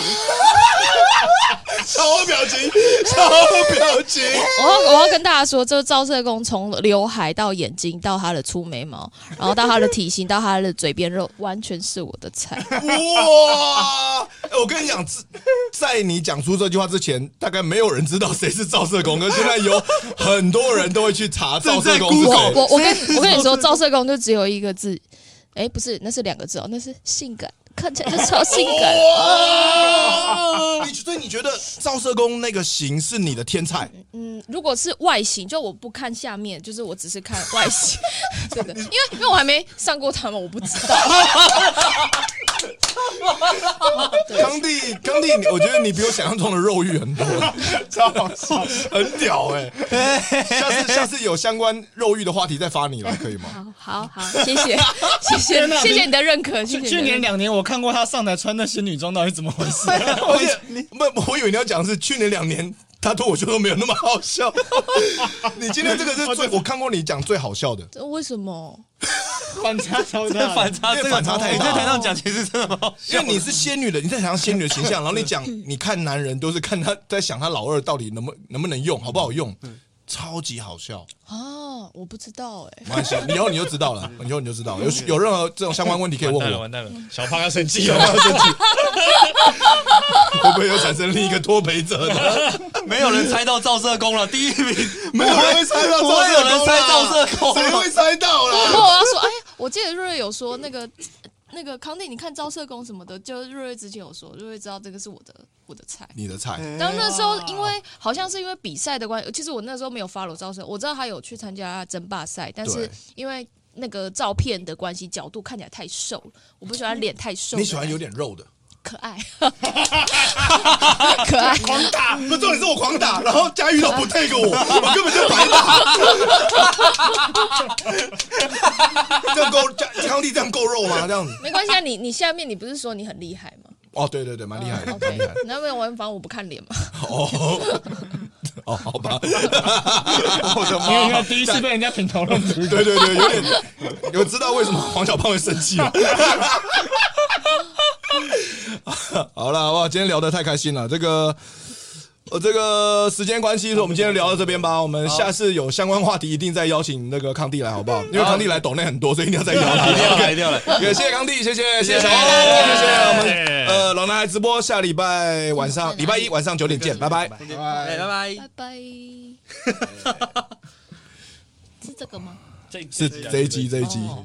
Speaker 2: 出，我
Speaker 4: 超表情，超表情，
Speaker 2: 要我要跟大家说，这赵社工从刘海到眼睛到他的粗
Speaker 1: [laughs]
Speaker 2: 眉毛，然后到他的体型到他的嘴边肉，完全是我的
Speaker 1: [laughs]
Speaker 2: 菜。
Speaker 4: 哇！哎我跟你讲，自在你讲出这句话之前，大概没有人知道谁是赵社工，可是现在有很多人都会去查赵社工是
Speaker 2: 我
Speaker 4: 谁。
Speaker 2: 我我跟我跟你说，赵社工就只有一个字，哎，不是，那是两个字哦，那是性感，看起来就超性
Speaker 1: [laughs]
Speaker 2: 感。
Speaker 1: 哦
Speaker 4: 哇！你所以你觉得赵社工那个型是你的天菜？
Speaker 2: 嗯，如果是外形，就我不看下面，就是我只是看外
Speaker 1: [laughs]
Speaker 2: 形，对的，因为因为我还没上过他们，我不知道。
Speaker 4: 康帝，康帝，我觉得你比我想象中的肉欲 [laughs] 很多，
Speaker 1: 超好笑。
Speaker 4: [laughs] 很屌 [laughs] 哎、下次下次有相关肉欲的话题再发你来，可以 [laughs] 吗？
Speaker 2: 好好好，谢谢谢谢
Speaker 1: [laughs] 天哪
Speaker 2: 谢谢你的认可，谢
Speaker 1: 去
Speaker 2: 谢
Speaker 1: 去
Speaker 2: 你的
Speaker 1: 年
Speaker 2: 认可
Speaker 1: 两年，我看过他上台穿那仙女装，到底怎么回
Speaker 4: [laughs]
Speaker 1: 事？
Speaker 4: 而且你不，我以为你要讲的是去年两年他脱口秀都没有那么好 [laughs] 笑，你今天这个是最我看过你讲最好笑的。
Speaker 2: 这为什么？
Speaker 1: 反差超大的，
Speaker 3: 反差
Speaker 4: 因
Speaker 3: 啊这
Speaker 4: 为
Speaker 3: 个哦
Speaker 4: 反差太大
Speaker 3: 你在台上讲其实真的蛮好
Speaker 4: 因
Speaker 3: 笑
Speaker 4: 为你是仙女的，你在想象仙女的形象，然后你讲，你看男人都是看他在想他老二到底能不能不能用，好不好用，超级好笑。
Speaker 2: 啊，我不知道哎、
Speaker 4: 没关系， [laughs] 以后你就知道了，以后你就知道。有有任何这种相关问题可以问
Speaker 5: 完蛋了，
Speaker 4: 我，
Speaker 5: 完蛋了，小胖要生气
Speaker 4: 有
Speaker 5: 了
Speaker 4: 没。有生气？会不会又产生另一个脱陪者呢？
Speaker 3: [laughs] 没有人猜到赵社工了，第一 [laughs] 名
Speaker 4: 没有人会猜到
Speaker 3: 不会有人猜
Speaker 4: 赵
Speaker 3: 赵
Speaker 4: 社
Speaker 3: 社
Speaker 4: 工
Speaker 3: 工 [laughs]
Speaker 4: 啦，谁会猜到
Speaker 2: 不 [laughs]
Speaker 4: 啦？
Speaker 2: 过我要说，哎，我记得瑞瑞有说那个那个康帝，你看招社工什么的，就是瑞瑞之前有说，瑞瑞知道这个是我的我的菜。
Speaker 4: 你的菜，
Speaker 2: 然后那时候因为好像是因为比赛的关系，其实我那时候没有 follow 赵社，我知道他有去参加争霸赛，但是
Speaker 4: 对
Speaker 2: 因为那个照片的关系，角度看起来太瘦了，我不喜欢脸太瘦的
Speaker 4: 你
Speaker 2: 人。
Speaker 4: 喜欢有点肉的，
Speaker 2: 可爱， [laughs] 可爱。
Speaker 4: 狂打，不重点是我狂打，然后佳玉都不 take 我，我根本就白打。这样够这样康帝这样够肉吗？这样子？
Speaker 2: 没关系啊，你你下面你不是说你很厉害吗？
Speaker 4: 哦，对对对，蛮厉害的，
Speaker 2: o
Speaker 4: 蛮
Speaker 2: k
Speaker 4: 厉害的。
Speaker 2: 那没有，我反正我不看脸嘛。
Speaker 4: 哦， [laughs] 哦，好吧，我的
Speaker 1: 因为因
Speaker 4: 妈
Speaker 3: [laughs]
Speaker 1: 为！第一次被人家评头论足，
Speaker 4: 对对对，有点有知道为什么黄小胖会生气了。好了，好不好？今天聊得太开心了，这个。呃，这个时间关系，所以我们今天就聊到这边吧。我们下次有相关话题，一定再邀请那个康帝来，好不好？因为康帝来抖内很多，所以一定要再邀
Speaker 3: 一 [laughs] 定要来，一
Speaker 4: 请。
Speaker 3: 定要来。
Speaker 4: 也谢谢康帝，谢谢谢谢小王，谢谢我们呃老男孩直播，下礼拜晚上礼拜一晚上九点见，拜拜。
Speaker 3: 哎拜拜。
Speaker 2: 拜拜。是这个吗？
Speaker 5: 这
Speaker 4: 是这一集，这一集。
Speaker 2: 哦